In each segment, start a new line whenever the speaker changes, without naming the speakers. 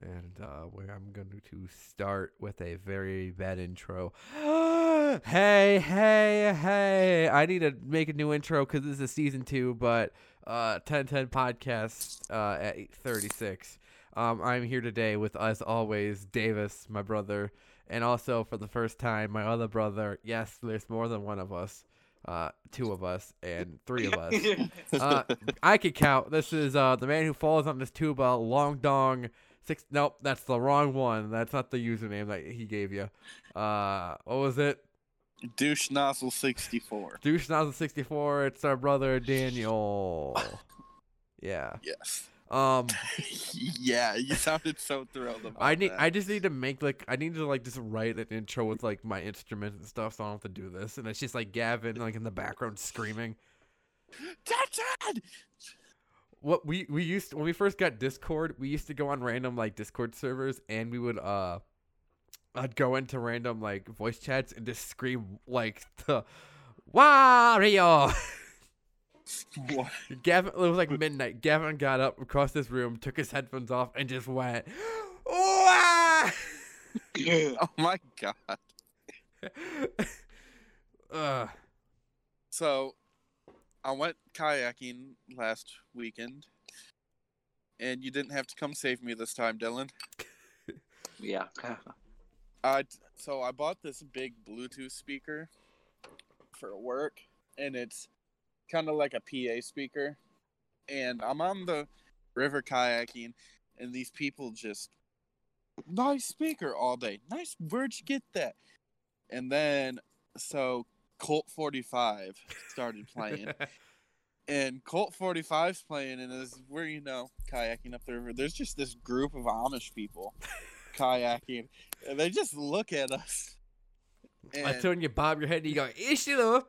and uh, where I'm going to start with a very bad intro. hey, hey, hey! I need to make a new intro because this is season two, but uh, 1010 podcast uh, at 8:36. Um, I'm here today with, as always, Davis, my brother, and also for the first time, my other brother. Yes, there's more than one of us. Uh, two of us and three of us. Uh, I could count. This is uh, the man who falls on this tuba, Long Dong. Six. Nope, that's the wrong one. That's not the username that he gave you. Uh, what was it?
Douche nozzle 64.
Douche Nozzle sixty four. It's our brother Daniel. Yeah.
Yes.
Um,
yeah, you sounded so thrilled about
I need.
that.
I just need to make like. I need to like just write an intro with like my instruments and stuff, so I don't have to do this. And it's just like Gavin like in the background screaming.
Touchdown!
what we we used when we first got Discord, we used to go on random like Discord servers, and we would uh, I'd go into random like voice chats and just scream like the Wario.
What?
Gavin, it was like midnight. Gavin got up across this room, took his headphones off, and just went. Wah!
Oh my god.
Ugh.
So, I went kayaking last weekend, and you didn't have to come save me this time, Dylan.
Yeah.
I so I bought this big Bluetooth speaker for work, and it's kind of like a PA speaker. And I'm on the river kayaking, and these people just nice speaker all day. Nice, where'd you get that? And then so Colt 45 started playing, and Colt 45's playing, and is where you know kayaking up the river. There's just this group of Amish people kayaking, and they just look at us.
I
And
turn you bob your head and you go Ishilo.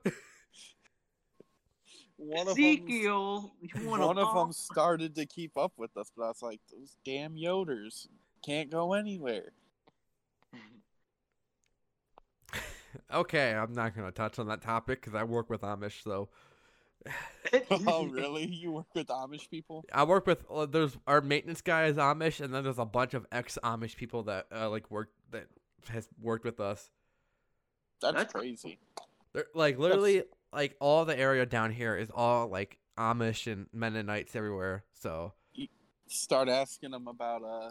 one of them,
Ezekiel, you want
one of them started to keep up with us, but I was like, those damn yoders can't go anywhere.
okay, I'm not gonna touch on that topic because I work with Amish, so
oh, really? You work with Amish people?
I work with uh, there's our maintenance guy is Amish, and then there's a bunch of ex Amish people that uh, like work that has worked with us.
That's,
That's-
crazy.
They're, like literally, like all the area down here is all like Amish and Mennonites everywhere. So
Start asking them about uh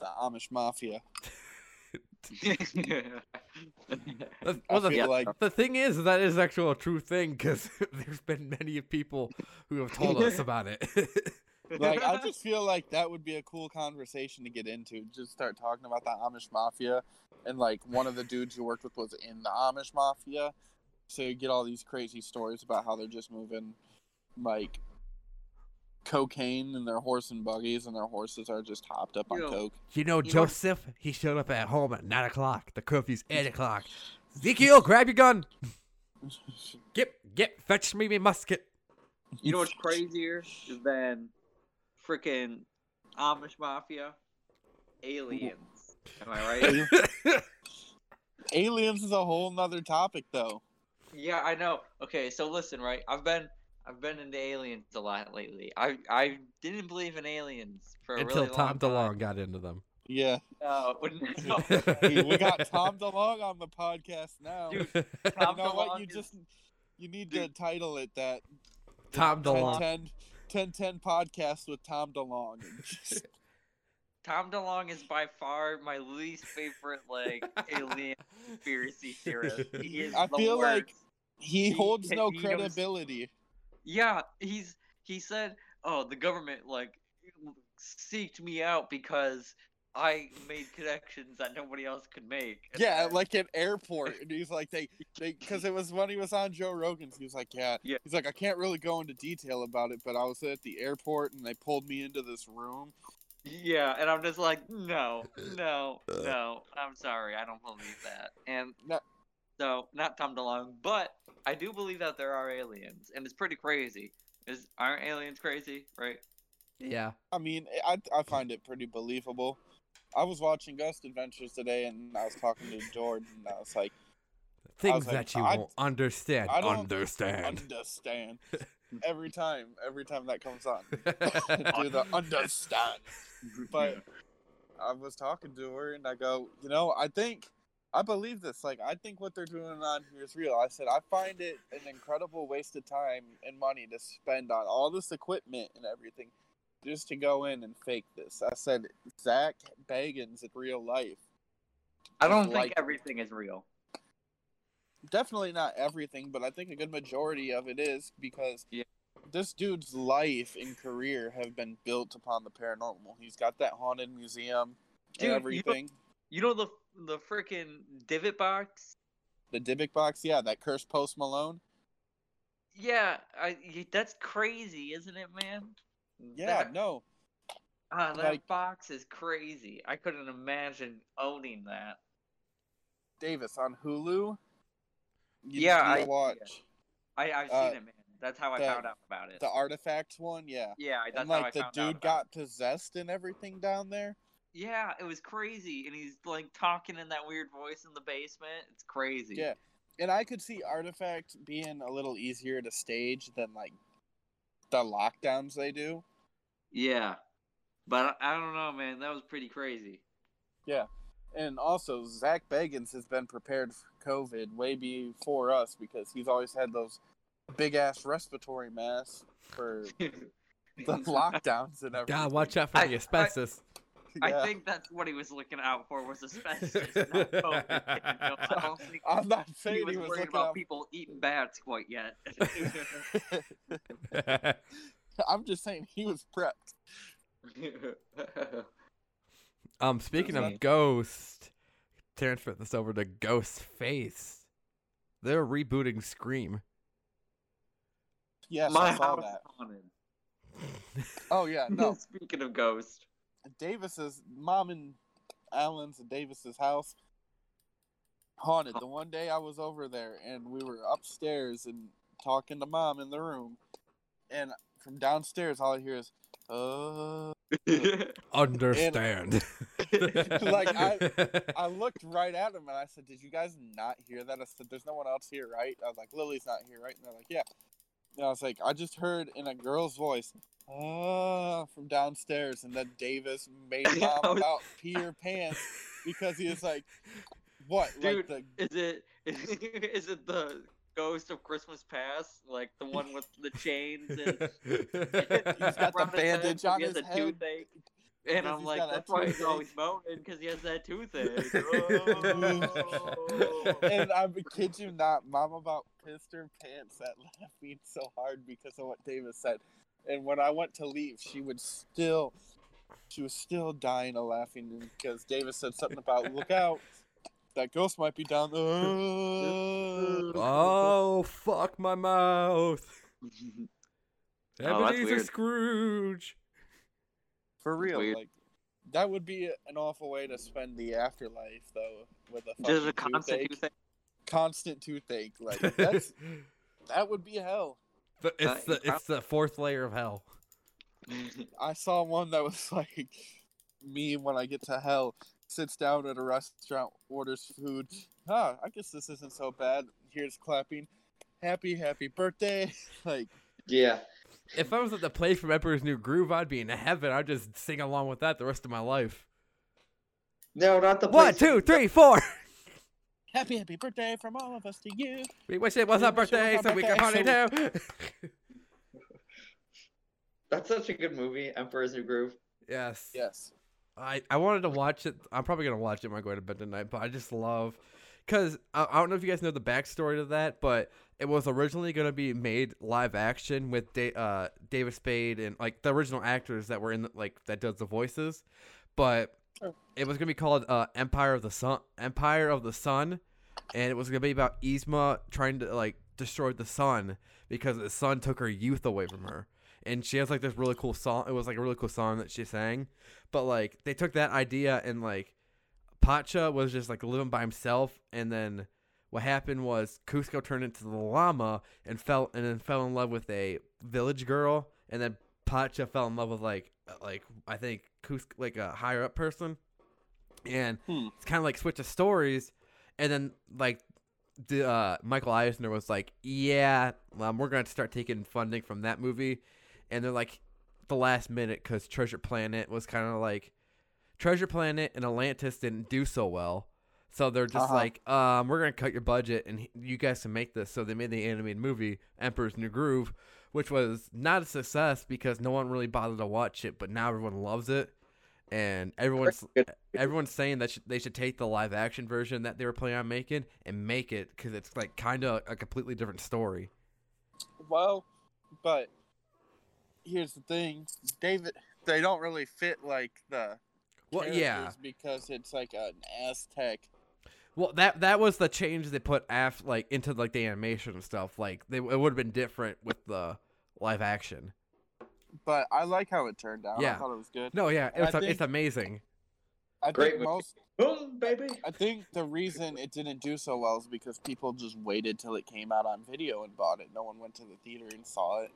the Amish mafia.
that's,
I
well, the,
feel like
the thing is that is actual a true thing because there's been many people who have told us about it.
like I just feel like that would be a cool conversation to get into. Just start talking about the Amish mafia, and like one of the dudes you worked with was in the Amish mafia, so you get all these crazy stories about how they're just moving like cocaine in their horse and buggies, and their horses are just hopped up on
Yo.
coke.
you know
know-
Joseph, he showed up at home at nine o'clock. The curfew's eight o'clock. Ezekiel, grab your gun. Get get fetch me me musket.
You know what's crazier than freaking Amish mafia? Aliens. Am I right?
Aliens is a whole nother topic, though.
yeah, I know. Okay, so listen, right? I've been I've been into aliens a lot lately. I I didn't believe in aliens for a
until
really
Tom
long
DeLong got into them.
Yeah,
time. No, no.
Dude, we got Tom DeLong on the podcast now.
Dude,
you
Tom
know what?
DeLonge
You
is-
just you need
Dude.
to title it that.
Tom DeLonge.
1010 1010 podcast with Tom DeLong. And just-
Tom DeLong is by far my least favorite like alien conspiracy theorist. He is
I
the
feel
worst.
like- he
He-
holds no
he knows-
credibility.
yeah, he's he said, "Oh, the government like seeked me out because I made connections that nobody else could make." And
Yeah,
then-
like at airport. And he's like, they, they, because it was when he was on Joe Rogan's. He was like, yeah.
Yeah.
He's like, I can't really go into detail about it, but I was at the airport and they pulled me into this room.
yeah, and I'm just like, "No, no, no. I'm sorry, I don't believe that." And
Uh. No.
so, not Tom DeLong, but I do believe that there are aliens, and it's pretty crazy. Is aren't aliens crazy, right?
Yeah.
I mean, I, I find it pretty believable. I was watching Ghost Adventures today and I was talking to Jordan and I was like,
Things
like,
that you
I-
won't understand.
I don't
Understand.
understand. Every time, every time that comes on. do the understand. But I was talking to her and I go, you know, I think I believe this. Like, I think what they're doing on here is real. I said, I find it an incredible waste of time and money to spend on all this equipment and everything just to go in and fake this. I said, Zach Bagans in real life.
I don't think
Like-
everything is real.
Definitely not everything, but I think a good majority of it is because
Yeah.
this dude's life and career have been built upon the paranormal. He's got that haunted museum and
Dude, you
everything.
You know the the freaking divot box?
The Dybbuk box, yeah, that cursed Post Malone.
Yeah, I y- that's crazy, isn't it, man?
Yeah,
That,
no,
ah, that
like-
box is crazy. I couldn't imagine owning that.
Davis on Hulu. You
Yeah,
need to
I-
watch
I I've
Uh,
seen it, man. That's how I
the-
found out about it.
the artifacts one. Yeah,
yeah, that's
and
how I
like the
found out
dude
about it.
got possessed and everything down there.
Yeah, it was crazy, and he's like talking in that weird voice in the basement. It's crazy.
Yeah. And I could see artifact being a little easier to stage than like the lockdowns they do.
Yeah, but I, I don't know, man. That was pretty crazy.
And also, Zach Bagans has been prepared for COVID way before us because he's always had those big ass respiratory masks for the lockdowns and everything.
God, watch out for
I-
the
I-
asbestos.
Yeah.
I think that's what he was looking out for was asbestos. not COVID. No, I don't think
I'm not saying
he was, worried
looking
about
out-
people eating bats quite yet.
I'm just saying he was prepped.
um, speaking of
Right.
Ghost, transfer this over to Ghost Face. They're rebooting Scream.
Yes,
My
I saw
house
that.
is haunted.
Oh yeah, no.
Speaking of ghosts,
Davis's mom and Alan's and Davis's house haunted. The one day I was over there and we were upstairs and talking to mom in the room, and from downstairs all I hear is, "Uh."
Understand.
Like, I- I looked right at him and I said, "Did you guys not hear that?" I said, "There's no one else here, right?" I was like, "Lily's not here, right?" And they're like, "Yeah." And I was like, "I just heard in a girl's voice." Uh, from downstairs, and then Davis made mom
I was-
about pee your pants because he was like, What?
Dude,
like
is it is it the ghost of Christmas Past, like the one with the chains and
He's got the
around his head
bandage
'cause
on
he has
his
a
head.
toothache. And
Because
I'm
he's
like,
got a
that's why he's
toothache.
always moaning because he has that toothache.
Ooh.
Oh.
the, and I kid you not, mom about pissed her pants that left me so hard because of what Davis said. And when I went to leave, she would still, she was still dying of laughing because Davis said something about look out, that ghost might be down. the-"
oh, fuck my mouth.
Mm-hmm.
Oh, that's
Ebenezer
weird.
Scrooge.
For real,
Weird.
like that would be an awful way to spend the afterlife though with a
Just a
fucking
constant
toothache.
toothache.
constant toothache. Like that's
That's
that would be hell.
the, it's
Uh,
the it's the fourth layer of hell.
I saw one that was like me when I get to hell sits down at a restaurant, orders food. Huh, I guess this isn't so bad. Here's clapping. Happy, happy birthday. Like
Yeah.
If I was at the play from Emperor's New Groove, I'd be in heaven. I'd just sing along with that the rest of my life.
No, not the
One, two, three, four.
happy, happy birthday from all of us to you.
We wish it was our
We wish it was
birthday
our
so we can party
birthday,
too.
That's such a good movie, Emperor's New Groove.
yes.
Yes.
I, I wanted to watch it. I'm probably gonna watch it when I go to bed tonight. But I just love, cause I, I don't know if you guys know the backstory to that, but it was originally gonna be made live action with da- uh, David Spade and like the original actors that were in the, like that does the voices, but
Sure.
it was gonna be called uh, Empire of the Sun. Empire of the Sun, and it was gonna be about Yzma trying to like destroy the sun because the sun took her youth away from her. And she has like this really cool song. It was like a really cool song that she sang, but like they took that idea and like Pacha was just like living by himself and then what happened was Cusco turned into the llama and fell and then fell in love with a village girl and then Pacha fell in love with like uh, like I think Cusco like a higher up person and
Hmm.
it's kind of like switch of stories and then like the uh, Michael Eisner was like yeah um, we're going to start taking funding from that movie and they're like the last minute because Treasure Planet was kind of like Treasure Planet and Atlantis didn't do so well. So they're just
Uh-huh.
like, um, we're gonna cut your budget, and h- you guys can make this. So they made the animated movie Emperor's New Groove, which was not a success because no one really bothered to watch it, but now everyone loves it, and everyone's everyone's saying that sh- they should take the live action version that they were planning on making and make it because it's like kind of a completely different story.
Well, but here's the thing, David. They don't really fit like the
Well, yeah.
characters because it's like an Aztec.
Well, that that was the change they put af like into like the animation and stuff. Like they, it would have been different with the live action.
But I like how it turned out.
Yeah.
I thought it was good.
No, yeah,
And I
it's a- it's
think-
amazing.
I
Great
think
movie.
most.
Boom, baby.
I think the reason it didn't do so well is because people just waited till it came out on video and bought it. No one went to the theater and saw it.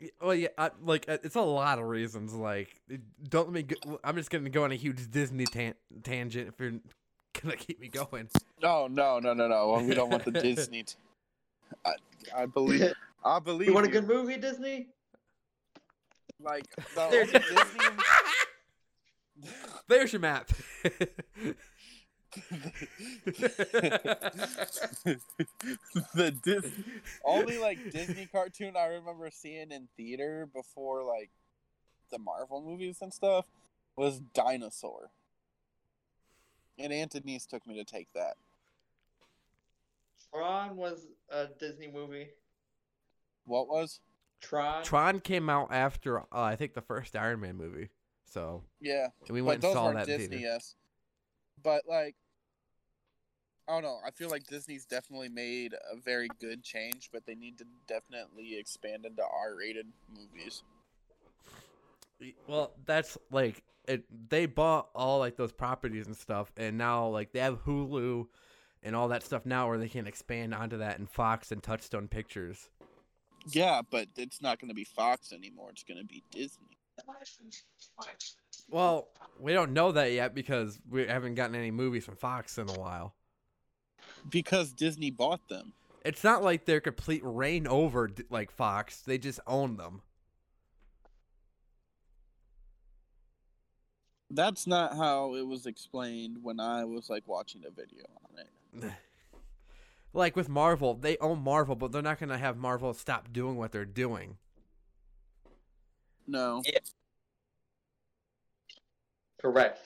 Y- Well, yeah, I, like uh, it's a lot of reasons. Like, don't let me. Go, I'm just gonna go on a huge Disney tan- tangent if you're gonna keep me going.
No, no, no, no, no. Well, we don't want the Disney. T- I, I believe. I believe.
You want a
you.
good movie, Disney?
Like the only
There's-
Disney.
There's your map.
the Dis- only like Disney cartoon I remember seeing in theater before like the Marvel movies and stuff was Dinosaur. And Aunt Denise took me to take that.
Tron was a Disney movie.
What was?
Tron.
Tron came out after uh, I think the first Iron Man movie, so
Yeah,
and we
but
went and
those
saw
weren't
that. in
Disney.
theater.
Yes, but like, I don't know. I feel like Disney's definitely made a very good change, but they need to definitely expand into R-rated movies.
Well, that's like it, they bought all like those properties and stuff, and now like they have Hulu and all that stuff now, where they can expand onto that and Fox and Touchstone Pictures.
Yeah, but it's not going to be Fox anymore. It's going to be Disney.
Well, we don't know that yet because we haven't gotten any movies from Fox in a while.
Because Disney bought them.
It's not like they're complete reign over d- like Fox; they just own them.
That's not how it was explained when I was like watching a video on it.
Like with Marvel, they own Marvel, but they're not gonna have Marvel stop doing what they're doing.
No.
Correct.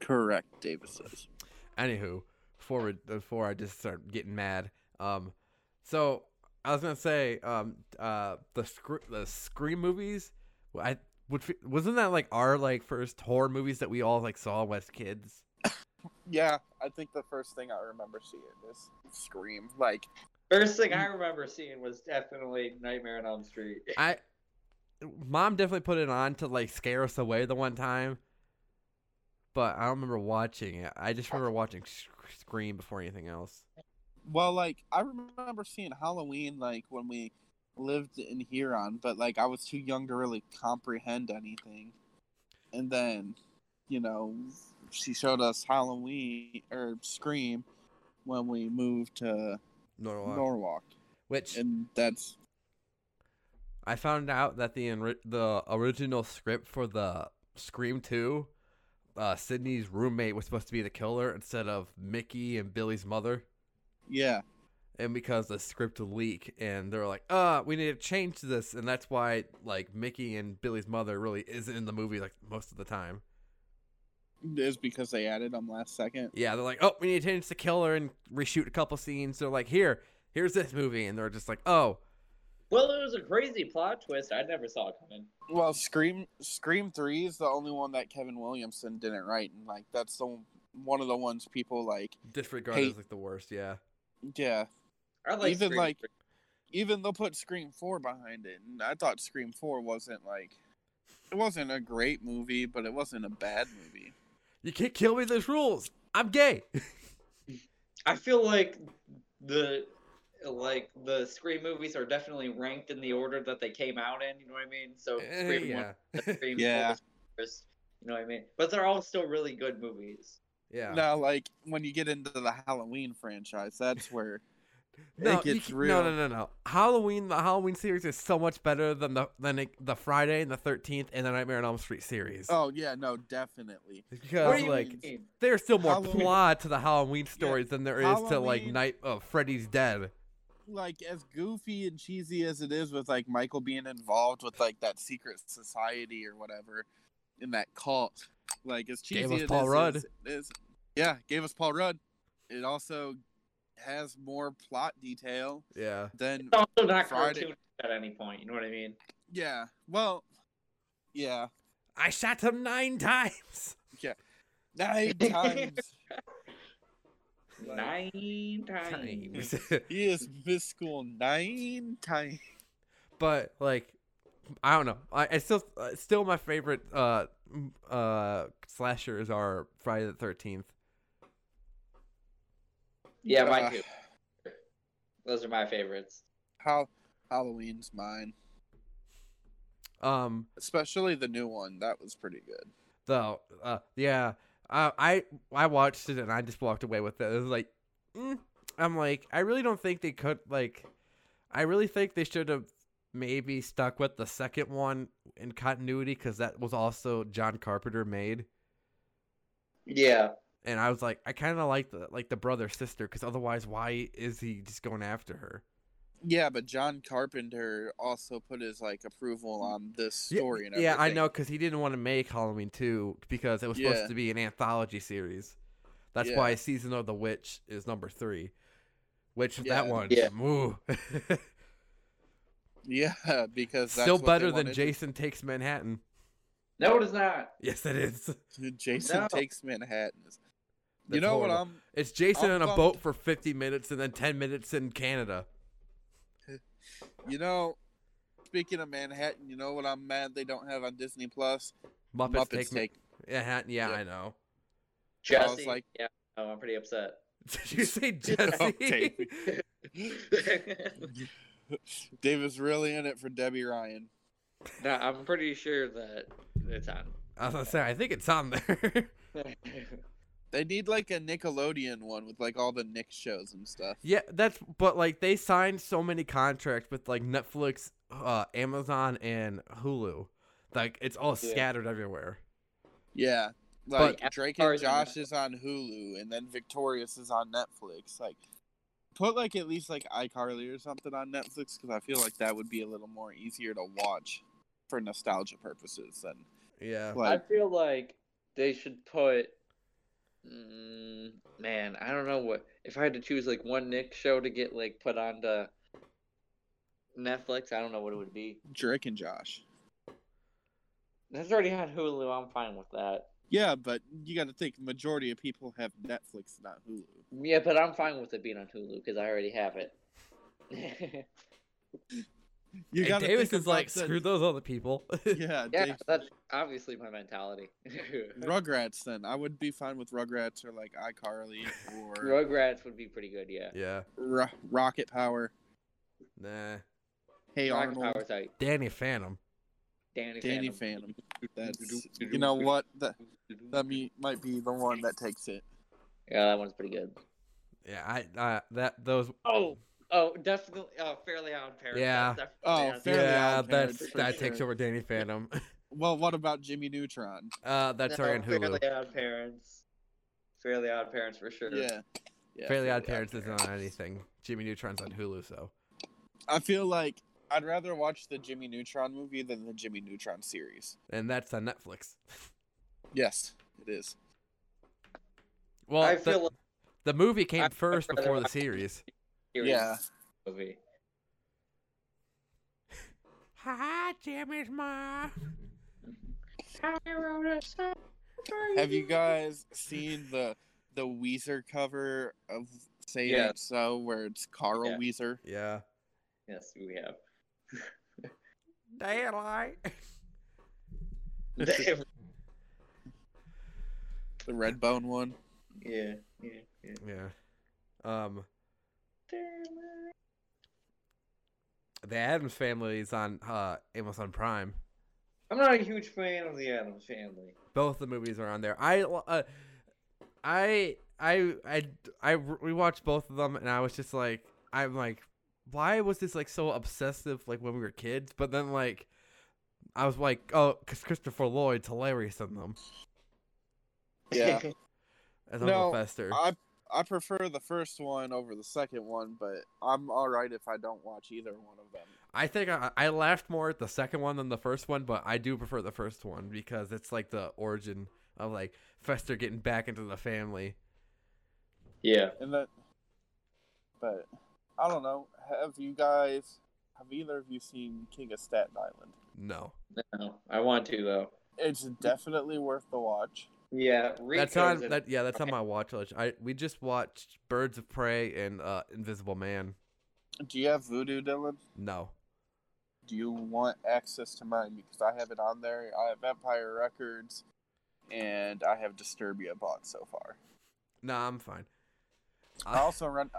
Correct, Davis says.
Anywho, forward before I just start getting mad. Um, so I was gonna say, um, uh, the scr- the scream movies, I would f- wasn't that like our like first horror movies that we all like saw as kids.
Yeah, I think the first thing I remember seeing is Scream. Like,
First thing I remember seeing was definitely Nightmare on Elm Street.
I, mom definitely put it on to like scare us away the one time, but I don't remember watching it. I just remember watching Sc- Scream before anything else.
well, like, I remember seeing Halloween, like, when we lived in Huron, but, like, I was too young to really comprehend anything. And then, you know, she showed us Halloween or Scream when we moved to
Norwalk,
Norwalk.
which
And that's
I found out that the enri- the original script for the Scream Two, uh, Sydney's roommate was supposed to be the killer instead of Mickey and Billy's mother,
yeah.
and because the script leak, and they're like, "Uh, we need to change this," and that's why like Mickey and Billy's mother really isn't in the movie like most of the time.
is because they added them last second.
Yeah, they're like, "Oh, we need to change the killer and reshoot a couple scenes." They're like, "Here, here's this movie," and they're just like, "Oh,
Well, it was a crazy plot twist. I never saw it coming.
Well, Scream Scream Three is the only one that Kevin Williamson didn't write, and like that's the one of the ones people like.
disregard
Hey.
is like the worst." Yeah.
Yeah,
I like
Even,
Scream
like,
three.
even they'll put Scream Four behind it, and I thought Scream Four wasn't like it wasn't a great movie, but it wasn't a bad movie.
You can't kill me. There's rules. I'm gay.
Oh, I feel like the like the Scream movies are definitely ranked in the order that they came out in. You know what I mean? So
Eh,
Scream
yeah.
one, Scream
Yeah.
four was first. You know what I mean? But they're all still really good movies.
Yeah.
Now, like when you get into the Halloween franchise, that's where
No,
it
you
gets
ca-
real.
No, no, no, no. Halloween, the Halloween series is so much better than the than it- the Friday and the Thirteenth and the Nightmare on Elm Street series.
Oh yeah, no, definitely.
What
because
do you
like
mean?
there's still more
Halloween-
plot to the Halloween stories than there is to like
Halloween-
Night of Freddy's Dead.
Like as goofy and cheesy as it is with like Michael being involved with like that secret society or whatever in that cult. Like as cheesy
Gave us
it
Paul
is-
Rudd.
is- it is- Yeah, gave us Paul Rudd. It also has more plot detail
Yeah.
than
It's also not
Friday.
cartoon at any point. You know what I mean?
yeah. Well, yeah.
I shot him nine times.
Nine times. Like-
Nine times.
Times.
He is missed school nine times.
but like I don't know. I it's still uh, still my favorite uh m- uh slashers are Friday the Thirteenth.
Yeah, mine
Uh,
too. Those are my favorites.
How Halloween's mine,
Um,
especially the new one. That was pretty good.
though, uh, yeah, uh, I I watched it and I just walked away with it. It was like, mm. I'm like, I really don't think they could like, I really think they should have maybe stuck with the second one in continuity because that was also John Carpenter made.
Yeah.
And I was like, I kind of like the like the brother sister because otherwise, why is he just going after her?
Yeah, but John Carpenter also put his like approval on this
Mm. Yeah,
story. and
yeah, I
everything.
know because he didn't want to make Halloween two because it was
Yeah.
supposed to be an anthology series. That's
Yeah.
why season of the witch is number three, which
Yeah.
that one,
Yeah.
ooh.
Yeah, because that's
still
what they
better than
wanted.
Jason Takes Manhattan.
No, it is not.
Yes, it is.
Jason
No.
takes Manhattan. you
That's
know what
horrible.
I'm?
It's Jason
I'm
on a
bummed.
boat for fifty minutes and then ten minutes in Canada.
You know, speaking of Manhattan, you know what I'm mad they don't have on Disney Plus?
Muppets,
Muppets
Take,
take,
Ma- Manhattan. Yeah,
Yeah.
I know.
Jesse.
was like-
yeah. Oh, I'm pretty upset.
Did you say
Don't
Jesse?
take me. Dave is really in it for Debbie Ryan.
no, I'm pretty sure that it's on.
I was gonna say I think it's on there.
They need like a Nickelodeon one with like all the Nick shows and stuff.
Yeah, that's but like they signed so many contracts with like Netflix, uh, Amazon, and Hulu. Like it's all
Yeah.
scattered everywhere.
Yeah. Like
But-
Drake
Or
and
is it on
Josh is on Hulu and then Victorious is on Netflix. Like put like at least like iCarly or something on Netflix cuz I feel like that would be a little more easier to watch for nostalgia purposes than
Yeah.
I
like
feel like they should put. Mm, man, I don't know what. If I had to choose like one Nick show to get like put onto Netflix, I don't know what it would be.
Drake and Josh.
That's already on Hulu. I'm fine with that.
Yeah, but you got to think majority of people have Netflix not Hulu.
Yeah, but I'm fine with it being on Hulu because I already have it.
You
And
got
Davis is like, screw those other people.
Yeah,
yeah,
Dave-
that's obviously my mentality.
Rugrats then. I would be fine with Rugrats or like iCarly or
Rugrats would be pretty good, yeah.
yeah.
Ro- Rocket Power.
Nah.
Hey
Rocket
Arnold.
Power type.
Danny Phantom.
Danny,
Danny
Phantom.
Phantom. That's you know what that that me, might be the one that takes it.
Yeah, that one's pretty good.
Yeah, I, I that those.
Oh, oh, definitely. Oh, Fairly Odd Parents.
Yeah.
That's
Oh,
definitely on
Fairly
there.
yeah,
Odd
that's
Parents, for
that
sure.
takes over Danny Phantom.
Well, what about Jimmy Neutron?
Uh, that's
No,
already on Hulu.
Fairly Odd Parents. Fairly Odd Parents for sure.
Yeah. yeah
Fairly Odd Parents isn't on anything. Jimmy Neutron's on Hulu, so
I feel like I'd rather watch the Jimmy Neutron movie than the Jimmy Neutron series.
and that's on Netflix.
Yes, it is.
Well,
I
the,
feel like
the movie came
I-
first
I'd rather
before the
watch-
series.
serious
Yeah.
Movie.
Hi, Jimmy's mom.
Have you guys seen the the Weezer cover of Say
Yeah.
It So where it's Carl
Yeah.
Weezer?
Yeah.
Yes, we have.
Daylight.
Damn.
The red bone one.
yeah, yeah, yeah.
Yeah. Um, the Adams Family is on uh, Amazon Prime.
I'm not a huge fan of the Adams Family.
Both the movies are on there. I, uh, I, I, I, I rewatched both of them, and I was just like, I'm like, why was this like so obsessive like when we were kids? But then like, I was like, oh, because Christopher Lloyd's hilarious in them
Yeah.
as
No,
Uncle Fester.
I I prefer the first one over the second one, but I'm all right if I don't watch either one of them.
I think I, I laughed more at the second one than the first one, but I do prefer the first one because it's like the origin of like Fester getting back into the family.
yeah.
And that, but I don't know. Have you guys? Have either of you seen King of Staten Island?
No,
No, I want to though.
It's definitely worth the watch.
Yeah, Rico's
that's on
in-
that. Yeah, that's on my watch list. I we just watched Birds of Prey and uh, Invisible Man.
Do you have Voodoo, Dylan?
No,
Do you want access to mine? Because I have it on there. I have Empire Records, and I have Disturbia bought so far.
no, I'm fine.
I
I,
also run.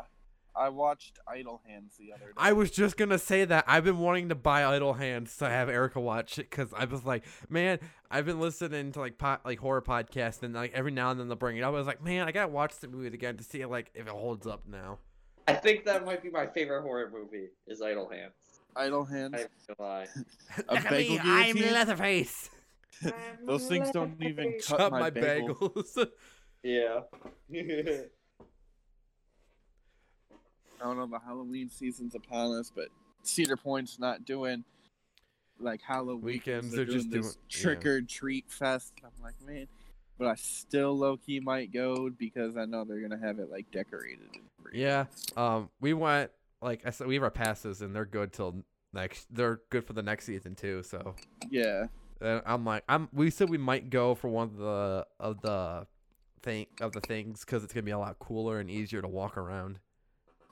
I watched Idle Hands the other day.
I was just gonna say that I've been wanting to buy Idle Hands so I have Erica watch it because I was like, man, I've been listening to like po- like horror podcasts and like every now and then they'll bring it up. I was like, man, I gotta watch the movie again to see like if it holds up now.
I think that might be my favorite horror movie is Idle Hands.
Idle Hands.
I ain't gonna lie.
A
Look at
bagel
me, I'm
guillotine?
Leatherface.
Those things don't even cut,
Cut
my,
my
bagel.
bagels.
Yeah.
I don't know the Halloween season's upon us, but Cedar Point's not doing like Halloween
Weekends,
They're,
they're
doing
just
this
doing- yeah.
trick or treat fest. I'm like, man, but I still low key might go because I know they're gonna have it like decorated. and everything.
Yeah. Um, we want like I said, we have our passes and they're good till next. They're good for the next season too. So
yeah.
and I'm like, I'm. We said we might go for one of the of the thing of the things because it's gonna be a lot cooler and easier to walk around.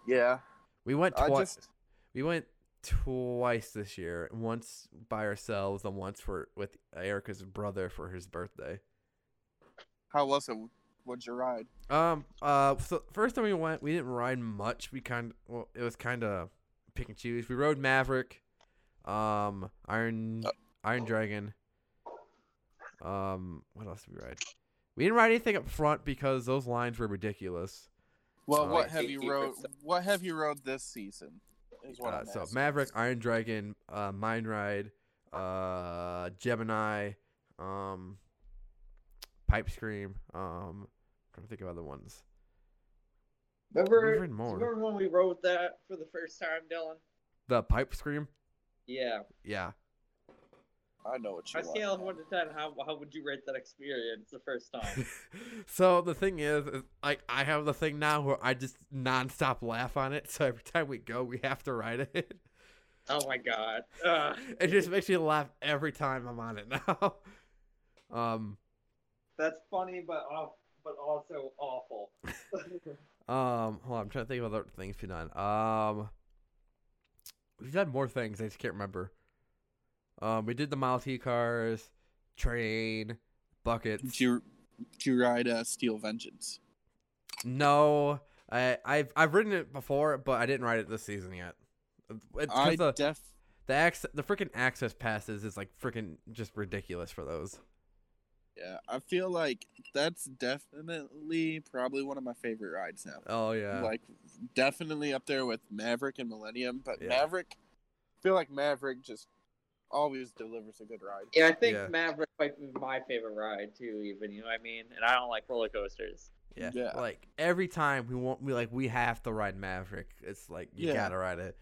Yeah.
We went
I
twice.
just
We went twice this year. Once by ourselves and once for with Erica's brother for his birthday.
how was it? What'd you ride?
Um. Uh. So first time we went, we didn't ride much. We kind well, it was kind of pick and choose. We rode Maverick, um, Iron Iron Dragon. Um. What else did we ride? We didn't ride anything up front because those lines were ridiculous.
Well,
Uh,
what have you rode?
80%.
What have you rode this season? Is what
Uh,
I'm
so
asking.
Maverick, Iron Dragon, uh, Mine Ride, uh, Gemini, um, Pipe Scream. Um, trying to think of other ones. We've
Remember,
ridden more.
remember when we wrote that for the first time, Dylan?
The Pipe Scream.
Yeah.
Yeah.
I know what you.
On a
want.
scale of one to ten, how how would you rate that experience the first time?
so the thing is, is, like, I have the thing now where I just nonstop laugh on it. So every time we go, we have to ride it.
oh my god. Ugh.
it just makes me laugh every time I'm on it now. um,
that's funny, but aw- but also awful.
um, hold on, I'm trying to think of other things we've done. Um, we've done more things. I just can't remember. Um, we did the Model T cars, train, buckets.
Did you, did you ride uh, Steel Vengeance?
No, I, I've I've ridden it before, but I didn't ride it this season yet. It's 'cause
I
the-
def.
The access, the freaking access passes is like freaking just ridiculous for those.
Yeah, I feel like that's definitely probably one of my favorite rides now.
Oh yeah,
Like, definitely up there with Maverick and Millennium, but
Yeah.
Maverick, I feel like Maverick just always delivers a good ride.
Yeah, I think
Yeah.
Maverick might be my favorite ride too. Even you know what I mean. And I don't like roller coasters.
yeah.
yeah.
Like every time we want, we like we have to ride Maverick. It's like you
Yeah.
gotta ride it.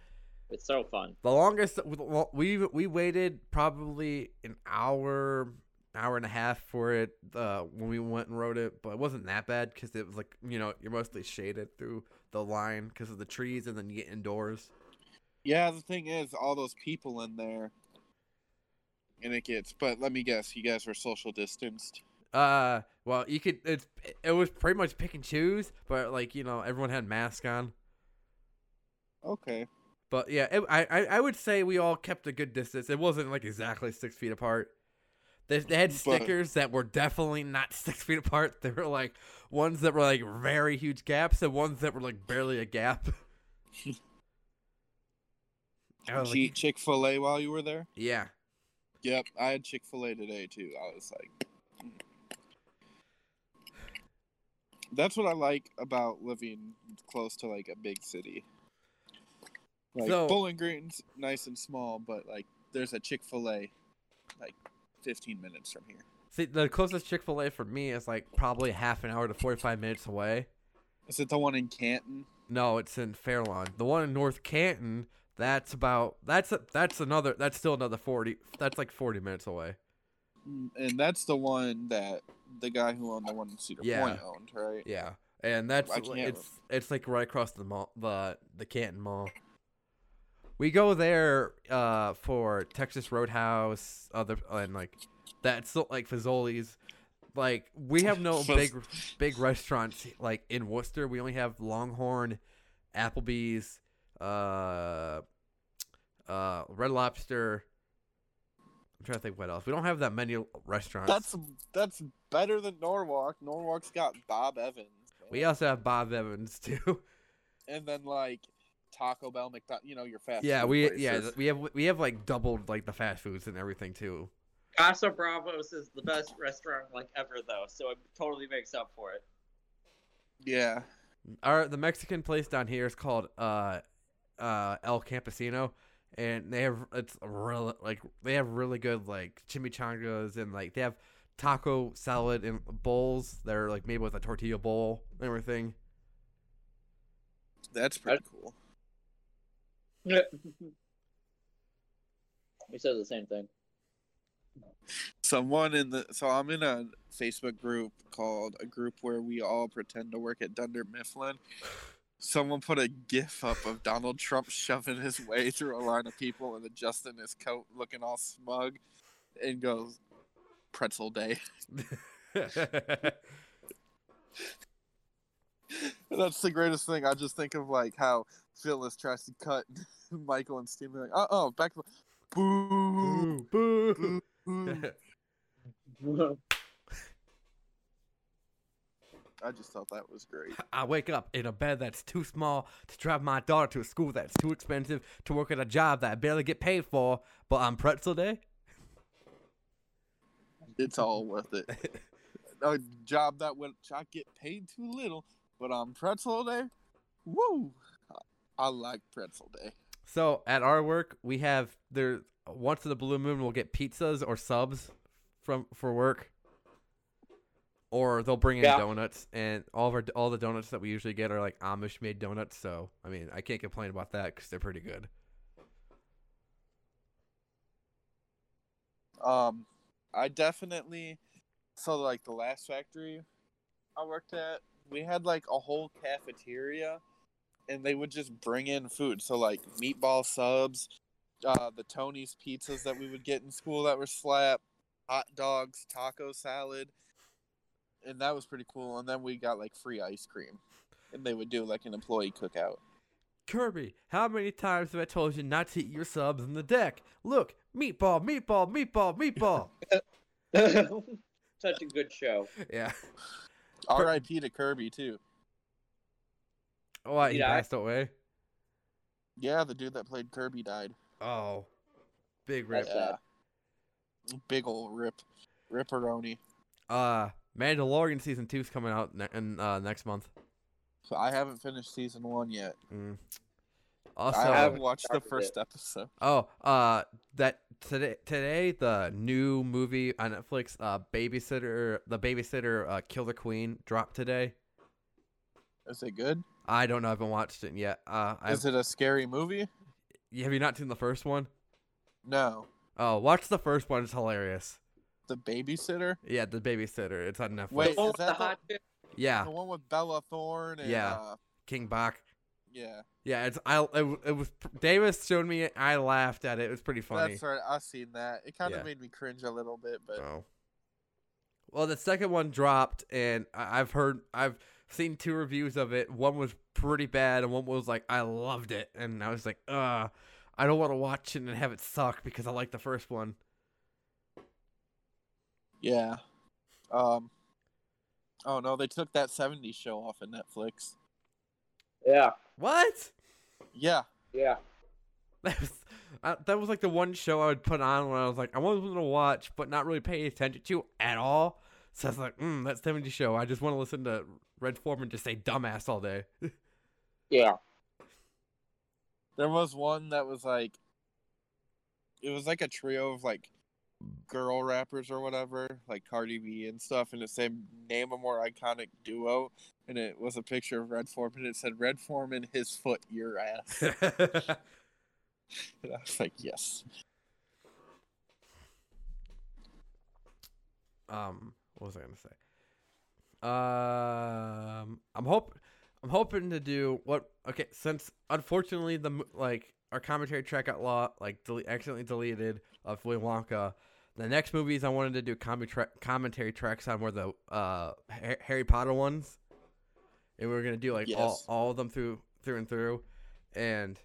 It's so fun.
The longest we we waited probably an hour, hour and a half for it uh, when we went and rode it, but it wasn't that bad because it was like you know you're mostly shaded through the line because of the trees, and then you get indoors.
Yeah, the thing is, all those people in there, and it gets. But let me guess, you guys were social distanced.
Uh, well, you could. It's it was pretty much pick and choose, but like you know everyone had masks on.
Okay.
But yeah, it, I I I would say we all kept a good distance. It wasn't like exactly six feet apart. They, they had
But-
stickers that were definitely not six feet apart. They were like ones that were like very huge gaps and ones that were like barely a gap. I was
Did you eat
like,
Chick Fil A while you were there?
yeah,
Yep, I had Chick Fil A today too. I was like, "Mm." that's what I like about living close to like a big city. Like
So-
Bowling Green's nice and small, but like there's a Chick Fil A, like 15 minutes from here.
See, the closest Chick Fil A for me is like probably half an hour to forty five minutes away.
Is it the one in Canton?
No, it's in Fairlawn. The one in North Canton, that's about that's a, that's another that's still another forty. That's like forty minutes away.
Mm, And that's the one that the guy who owned the one in Cedar
Yeah.
Point owned, right?
Yeah, and that's
I
like,
can't
it's it's like right across the mall, the the Canton Mall. We go there uh, for Texas Roadhouse, other and like that's the- like Fazoli's. Like we have no
Faz-
big big restaurants like in Worcester. We only have Longhorn, Applebee's, uh, uh, Red Lobster. I'm trying to think what else. We don't have that many restaurants.
That's that's better than Norwalk. Norwalk's got Bob Evans. man.
we also have Bob Evans too.
and then like Taco Bell, McDonald, you know your fast.
Yeah,
food
we yeah
places.
we have we have like doubled like the fast foods and everything too.
Casa Bravos is the best restaurant like ever though, so it totally makes up for it.
yeah.
Our the Mexican place down here is called uh uh El Campesino, and they have it's really like they have really good like chimichangas and like they have taco salad and bowls that are like made with a tortilla bowl and everything.
That's pretty cool.
He says the same thing.
Someone in the so I'm in a Facebook group called a group where we all pretend to work at Dunder Mifflin. Someone put a gif up of Donald Trump shoving his way through a line of people and adjusting his coat, looking all smug, and goes, "Pretzel day." That's the greatest thing. I just think of like how Phyllis tries to cut Michael and Steve, like, "Oh, oh, back to the boo."
Boo, boo.
boo."
Mm.
I just thought that was great.
I wake up in a bed that's too small to drive my daughter to a school that's too expensive to work at a job that I barely get paid for, but I'm pretzel day.
It's all worth it. A job that would I get paid too little, but on pretzel day, woo! I, I like pretzel day.
So at our work, we have there once in the blue moon we'll get pizzas or subs from for work, or they'll bring in
Yeah.
donuts, and all of our all the donuts that we usually get are like Amish made donuts. So I mean, I can't complain about that because they're pretty good.
Um, I definitely so like the last factory I worked at, we had like a whole cafeteria, and they would just bring in food. So like meatball subs, uh, the Tony's pizzas that we would get in school that were slap, hot dogs, taco salad, and that was pretty cool. And then we got like free ice cream, and they would do like an employee cookout.
Kirby, how many times have I told you not to eat your subs in the deck? Look, meatball, meatball, meatball, meatball.
Such a good show.
yeah.
R.I.P. to Kirby too.
Oh, why, he
Yeah.
passed away.
Yeah, the dude that played Kirby died.
Oh, big rip.
That's uh, sad.
Big ol' rip, ripperoni.
Uh, Mandalorian season two's coming out ne- in, uh, next month.
So I haven't finished season one yet.
Mm. Also,
I have
haven't
watched the
started
first episode.
oh, uh, that today today the new movie on Netflix, uh, Babysitter, the Babysitter, uh, Kill the Queen dropped today.
Is it good?
I don't know, I haven't watched it yet. Uh, I've,
Is it a scary movie?
have you not seen the first one?
No.
Oh, watch the first one; it's hilarious.
The babysitter.
Yeah, the Babysitter. It's on Netflix.
Wait,
Oh,
is
the
that the,
hot chick.
Yeah,
the one with Bella Thorne? And,
Yeah.
Uh,
King Bach.
yeah.
Yeah, it's I. It, w- it was Davis showed me. it, I laughed at it. It was pretty funny.
That's right. I've seen that. It kind of
Yeah.
made me cringe a little bit, but
Oh. Well, the second one dropped, and I- I've heard, I've seen two reviews of it. One was pretty bad, and one was like, I loved it, and I was like, uh, I don't want to watch it and have it suck because I like the first one.
yeah. Um. Oh no, they took that '70s show off of Netflix.
Yeah,
What?
Yeah.
yeah.
That was, uh, that was like the one show I would put on when I was like, I wanted to watch, but not really pay attention to at all. So I was like, mm, that 70 show. I just want to listen to Red Foreman just say dumbass all day.
Yeah.
There was one that was like, it was like a trio of like girl rappers or whatever, like Cardi B and stuff, and it said name a more iconic duo, and it was a picture of Red Foreman. It said Red Foreman, his foot, your ass. And I was like, yes.
um, what was I gonna say? Um, I'm hope I'm hoping to do what? Okay, since unfortunately the mo- like our commentary track got law like dele- accidentally deleted of Willy Wonka. The next movies I wanted to do commu- tra- commentary tracks on were the uh, Har- Harry Potter ones, and we were gonna do like all
Yes.
all of them through through and through, and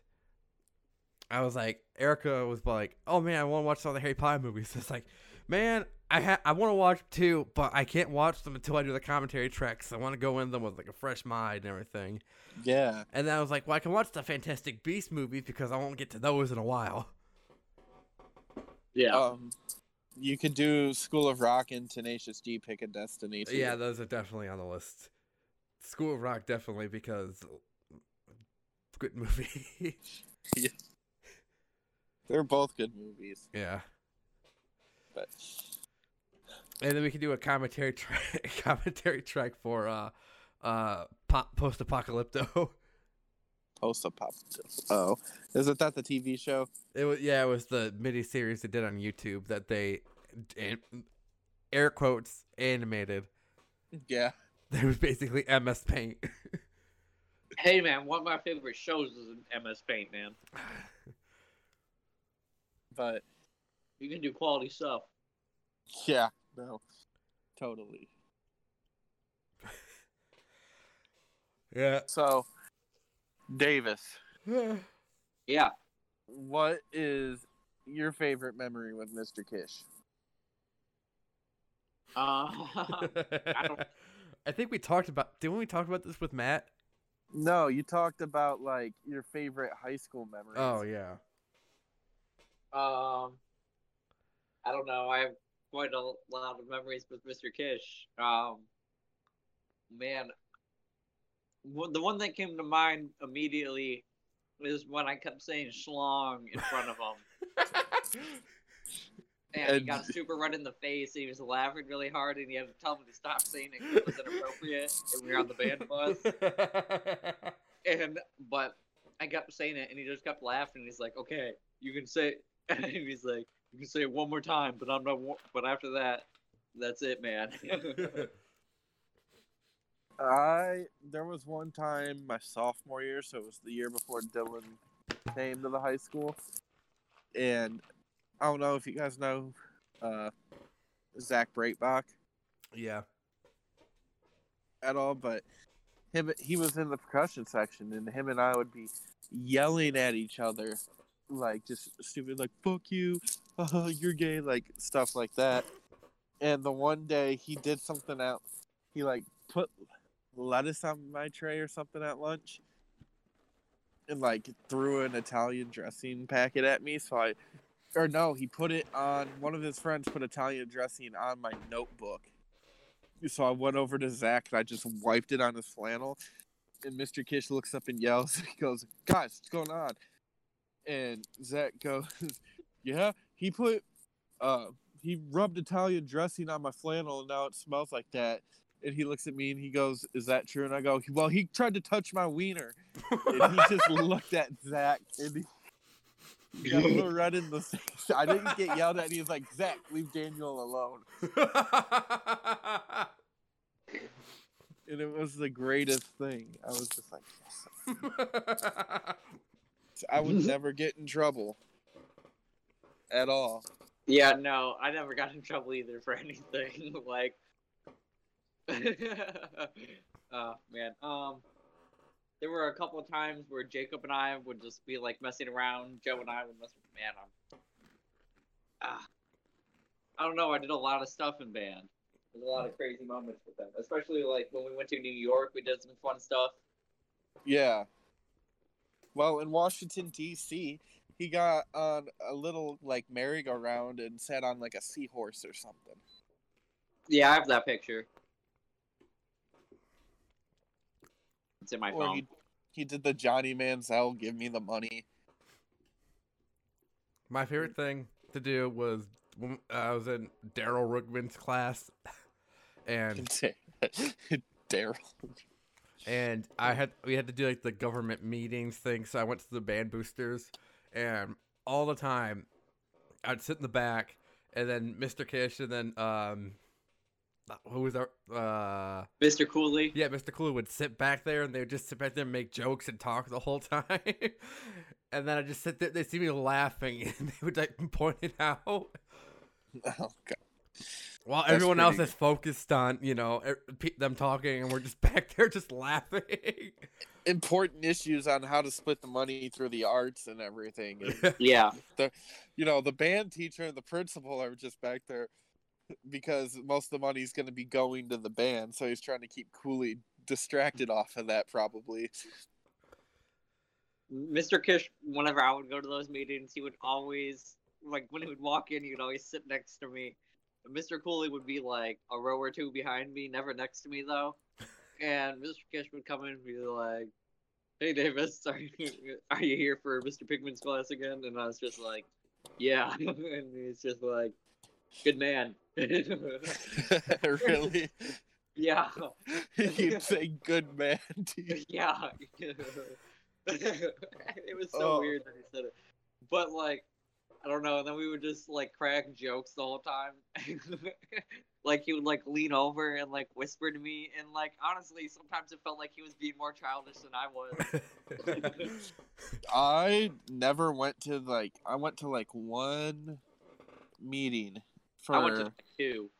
I was like, Erica was like, "Oh man, I want to watch all the Harry Potter movies." It's like, man, I ha- I want to watch two, but I can't watch them until I do the commentary tracks. I want to go in them with like a fresh mind and everything.
Yeah.
And then I was like, well, I can watch the Fantastic Beast movies because I won't get to those in a while.
Yeah.
Um, you could do School of Rock and Tenacious D, Pick a Destiny. too.
Yeah, those are definitely on the list. School of Rock definitely because it's a good movie.
they're both good movies.
yeah.
But
And then we can do a commentary track commentary track for uh uh pop- post apocalypto.
post pop. Oh, isn't that the TV show?
It was yeah, it was the mini series they did on YouTube that they an- air quotes animated.
Yeah.
That was basically MS Paint.
Hey man, one of my favorite shows is MS Paint, man.
But
You can do quality stuff.
yeah, no, totally.
yeah.
So, Davis,
Yeah.
what is your favorite memory with Mr. Kish?
Uh,
I,
don't-
think we talked about didn't we talk about this with Matt?
No, you talked about like your favorite high school memories.
Oh yeah.
um, I don't know. I have quite a lot of memories with Mr. Kish. Um, man, one- the one that came to mind immediately is when I kept saying schlong in front of him. And he
And-
got super red in the face, and he was laughing really hard, and you had to tell him to stop saying it 'cause it was inappropriate. And we were on the band bus. And but I kept saying it, and he just kept laughing. He's like, "Okay, you can say," and he's like, "You can say it one more time, but I'm not. wa- But after that, that's it, man."
I there was one time my sophomore year, so it was the year before Dylan came to the high school, and I don't know if you guys know uh, Zach Breitbach
yeah.
at all, but him he was in the percussion section, and him and I would be yelling at each other, like just stupid, like "fuck you," uh, "you're gay," like stuff like that. And the one day he did something out, he like put lettuce on my tray or something at lunch, and like threw an Italian dressing packet at me. So I, or no, he put it on one of his friends put Italian dressing on my notebook. So I went over to Zach and I just wiped it on his flannel. And Mr. Kish looks up and yells. He goes, "Guys, what's going on?" And Zach goes, "Yeah, he put, uh, he rubbed Italian dressing on my flannel, and now it smells like that." And he looks at me and he goes, "Is that true?" And I go, "Well, he tried to touch my wiener." And he just looked at Zach and he. He got a little red in the face. I didn't get yelled at. and He was like, "Zach, leave Daniel alone." And it was the greatest thing. I was just like, "Yes, I would never get in trouble at all.
yeah, no, I never got in trouble either for anything. like, oh man, um, there were a couple of times where Jacob and I would just be like messing around. Joe and I would mess. Man, I'm. Ah. I don't know. I did a lot of stuff in band. There's a lot of crazy moments with them, especially like when we went to New York. We did some fun stuff.
Yeah. Well, in Washington D.C., he got on a little like merry-go-round and sat on like a seahorse or something.
Yeah, I have that picture. It's in my
Or
phone.
he, he did the Johnny Manziel "Give Me the Money"
My favorite thing to do was when I was in Daryl Rookman's class, and
Daryl.
and I
Oh.
had we had to do like the government meetings thing. So I went to the band boosters, and all the time, I'd sit in the back, and then Mr. Kish, and then um, who was our uh,
Mr. Cooley.
yeah, Mr. Clue would sit back there, and they would just sit back there and make jokes and talk the whole time. and then I just sit there, they see me laughing, and they would like point it out.
Oh god.
While
That's
everyone else
pretty-
is focused on, you know, er- pe- them talking, and we're just back there just laughing.
Important issues on how to split the money through the arts and everything. And,
Yeah.
you know, the band teacher and the principal are just back there because most of the money's going to be going to the band. So he's trying to keep Cooley distracted off of that, probably.
Mr. Kish, whenever I would go to those meetings, he would always like when he would walk in, he would always sit next to me. And Mr. Cooley would be like a row or two behind me, never next to me though. And Mr. Kish would come in and be like, "Hey Davis, are you, are you here for Mr. Pickman's class again?" And I was just like, "Yeah," and he's just like, "Good man."
really?
yeah,
He'd say, good man to you.
yeah. it was so
Oh.
weird that he said it. But like, I don't know. And then we would just like crack jokes the whole time. like he would like lean over and like whisper to me, and like honestly, sometimes it felt like he was being more childish than I was.
I never went to like, I went to like one meeting for.
I went to two.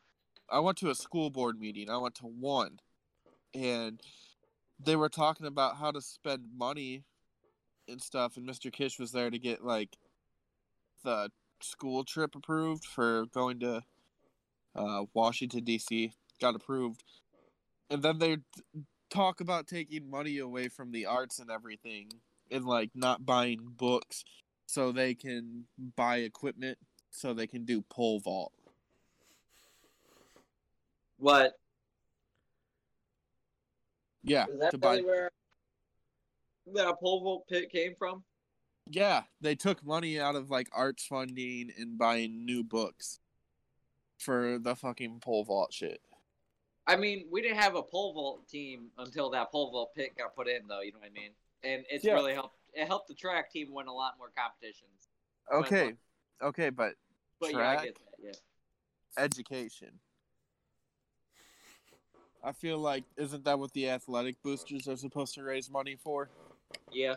I went to a school board meeting. I went to one, and they were talking about how to spend money and stuff. And Mr. Kish was there to get like the school trip approved for going to uh, Washington D.C. Got approved, and then they talk about taking money away from the arts and everything, and like not buying books so they can buy equipment so they can do pole vault.
What?
Yeah,
Is that
to buy
really where that pole vault pit came from?
Yeah, they took money out of like arts funding and buying new books for the fucking pole vault shit.
I mean, we didn't have a pole vault team until that pole vault pit got put in, though. You know what I mean? And it's
Yeah.
really helped. It helped the track team win a lot more competitions.
Okay, okay, but
But yeah, I
Track?
get that. Yeah.
education. I feel like isn't that what the athletic boosters are supposed to raise money for?
Yeah.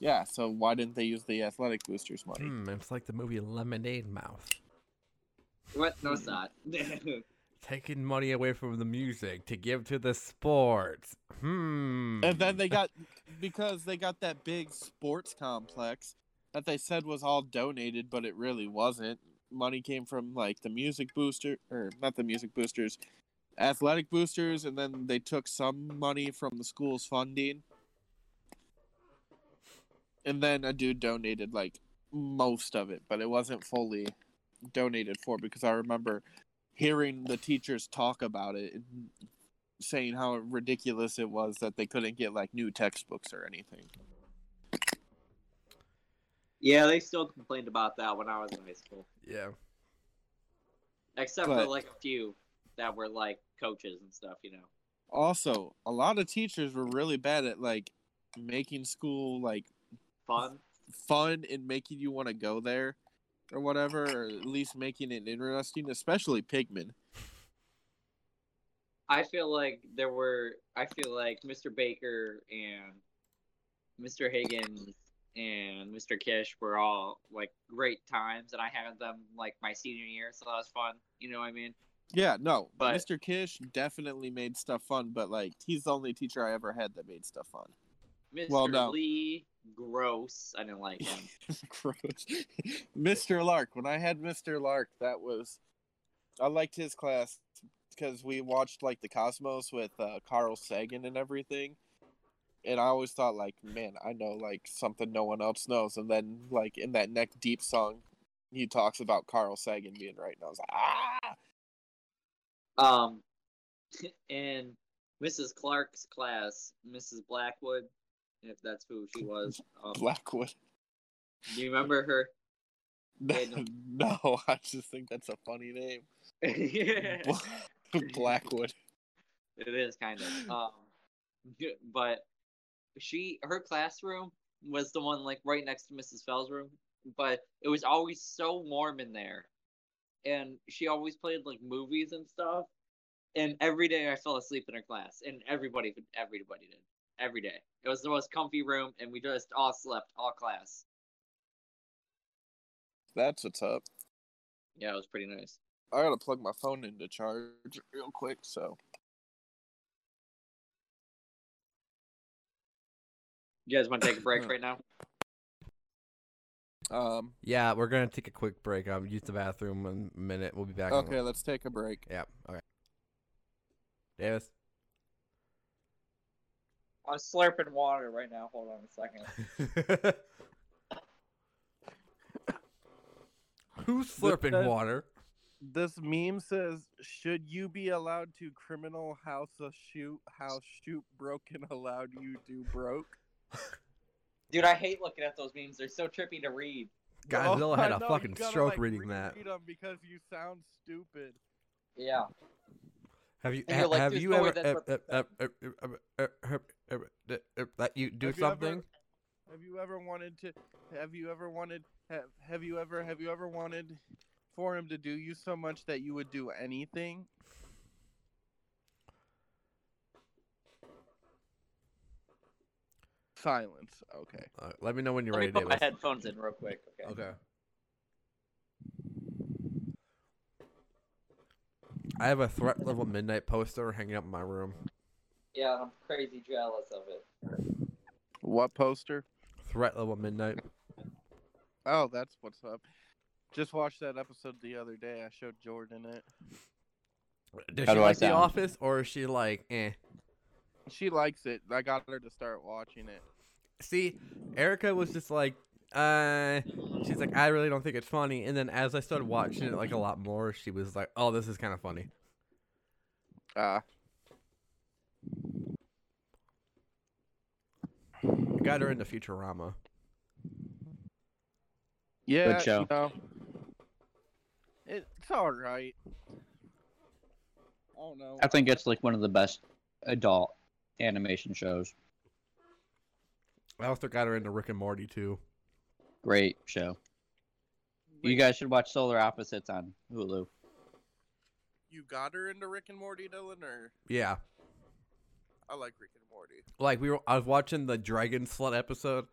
Yeah, so why didn't they use the athletic boosters money?
Hmm, it's like the movie Lemonade Mouth.
What? No,
Hmm.
it's not.
Taking money away from the music to give to the sports. Hmm.
And then they got because they got that big sports complex that they said was all donated, but it really wasn't. Money came from like the music booster or not the music boosters, athletic boosters, and then they took some money from the school's funding. And then a dude donated like most of it, but it wasn't fully donated for because I remember hearing the teachers talk about it and saying how ridiculous it was that they couldn't get like new textbooks or anything.
yeah, they still complained about that when I was in high school,
Yeah.
except
But-
for like a few that were like coaches and stuff. You know.
Also, a lot of teachers were really bad at like making school like
Fun.
fun and making you want to go there or whatever, or at least making it interesting, especially Pigman.
I feel like there were. I feel like Mr. Baker and Mr. Higgins and Mr. Kish were all like great times, and I had them like my senior year, so that was fun. You know what I mean?
Yeah, no.
But-
Mr. Kish definitely made stuff fun, but like he's the only teacher I ever had that made stuff fun.
Mr.
Well, no.
Lee, gross. I didn't like him.
Gross. Mr. Lark. When I had Mr. Lark, that was I liked his class because we watched like the Cosmos with uh, Carl Sagan and everything, and I always thought like, man, I know like something no one else knows. And then like in that neck deep song, he talks about Carl Sagan being right, and I was like, ah,
um, and Mrs. Clark's class, Mrs. Blackwood, if that's who she was. Um,
Blackwood.
do you remember her?
No, no, I just think that's a funny name.
it
Bla- Blackwood.
is kind of. Um, y- but she, her classroom was the one like right next to Mrs. Fell's room, but it was always so warm in there, and she always played like movies and stuff. And every day I fell asleep in her class, and everybody, everybody did every day. It was the most comfy room, and we just all slept all class.
That's what's up.
Yeah, it was pretty nice.
I gotta plug my phone into charge real quick, so
You guys want to take a break right now?
um
Yeah, we're gonna take a quick break. I'm use the bathroom in a minute. We'll be back. on-
okay, let's take a break.
Yeah. Okay. Davis.
I'm slurping water right now. Hold on a second.
Who's slurping
that-
water?
Oh, This meme says, "Should you be allowed to criminal house a shoot house shoot broken allowed you do broke?"
Dude, I hate looking at those memes. They're so trippy to read.
Godzilla had
I
a
know, you
fucking
gotta,
stroke
like,
reading that.
reread 'em because you sound stupid.
Yeah.
Have you
And you're
ha-
like,
have
"There's
you
no way
ever
that's what
uh, uh, uh, uh, uh, uh, uh, uh, uh, that you do
Have you ever-
something?
Have you ever wanted to? Have you ever wanted? Have, have you ever? Have you ever wanted for him to do you so much that you would do anything? Silence. Okay.
Uh, let me know when you're
Let me
ready,
put my
Davis.
headphones in real quick. Okay.
Okay. I have a threat level midnight poster hanging up in my room.
Yeah, I'm crazy jealous of it.
What poster?
Threat level midnight.
Oh, that's what's up. Just watched that episode the other day. I showed Jordan it.
Does
How
she
do I
like The
sound?
Office, or is she like, eh?
She likes it. I got her to start watching it.
See, Erica was just like, uh, she's like, I really don't think it's funny. And then as I started watching it like a lot more, she was like, oh, this is kind of funny.
Ah,
I got her into Futurama.
yeah.
show.
You know, it's all right. Oh no.
I think it's like one of the best adult animation shows.
I also got her into Rick and Morty too.
Great show. You guys should watch Solar Opposites on Hulu.
You got her into Rick and Morty, Dylan, or
Yeah,
I like Rick and Morty.
like we were. I was watching the Dragon Slut episode,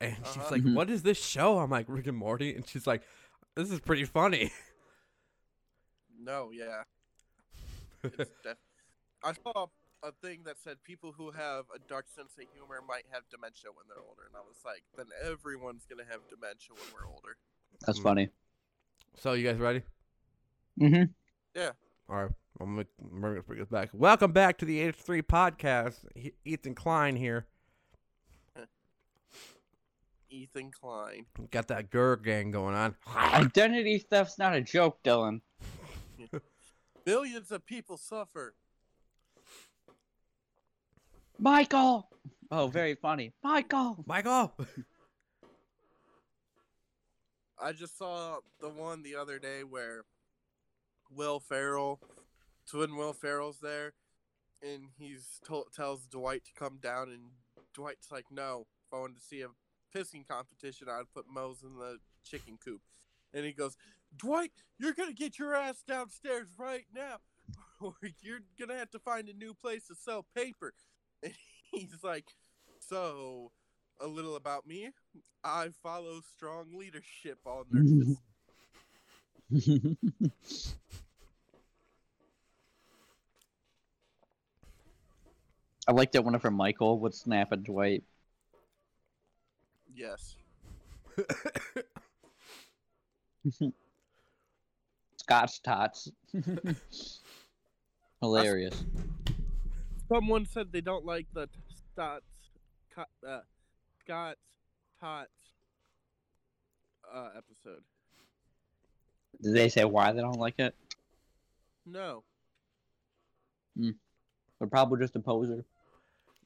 and she's
Uh-huh.
like,
Mhm.
"What is this show?" I'm like, "Rick and Morty," and she's like, "This is pretty funny."
No, yeah. It's def- I saw a thing that said people who have a dark sense of humor might have dementia when they're older, and I was like, then everyone's gonna have dementia when we're older.
That's
Mm.
funny.
so you guys ready?
Mm-hmm.
All right, I'm gonna, I'm gonna bring us back. Welcome back to the H3 podcast. He- Ethan Klein here.
Ethan Klein.
Got that girl gang going on.
Identity theft's not a joke, Dylan.
Millions of people suffer.
Michael. Oh, very funny. Michael.
Michael.
I just saw the one the other day where Will Ferrell, it's when Will Ferrell's there, and he's told tells Dwight to come down, and Dwight's like, "No, if I wanted to see a pissing competition, I'd put Moe's in the chicken coop." And he goes, "Dwight, you're gonna get your ass downstairs right now, or you're gonna have to find a new place to sell paper." And he's like, "So, a little about me." I follow strong leadership on nurses.
I like that one of her Michael would snap at Dwight.
yes.
Scott's tots. Hilarious.
Someone said they don't like the t- Scots, co- uh, Scots, Tots uh, episode.
Did they say why they don't like it?
No.
They're probably just a poser.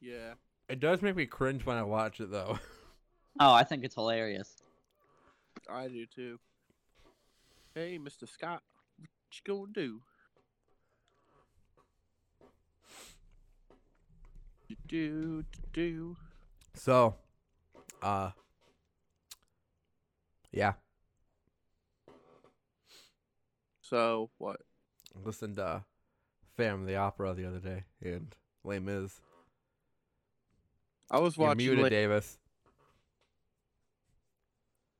Yeah.
It does make me cringe when I watch it though.
Oh, I think it's hilarious.
I do too. Hey, Mr. Scott, what you gonna do? Do do.
So, uh, yeah,
So what?
listened to Phantom of the Opera the other day and Les Mis.
I was
You're
watching.
muted,
like-
Davis.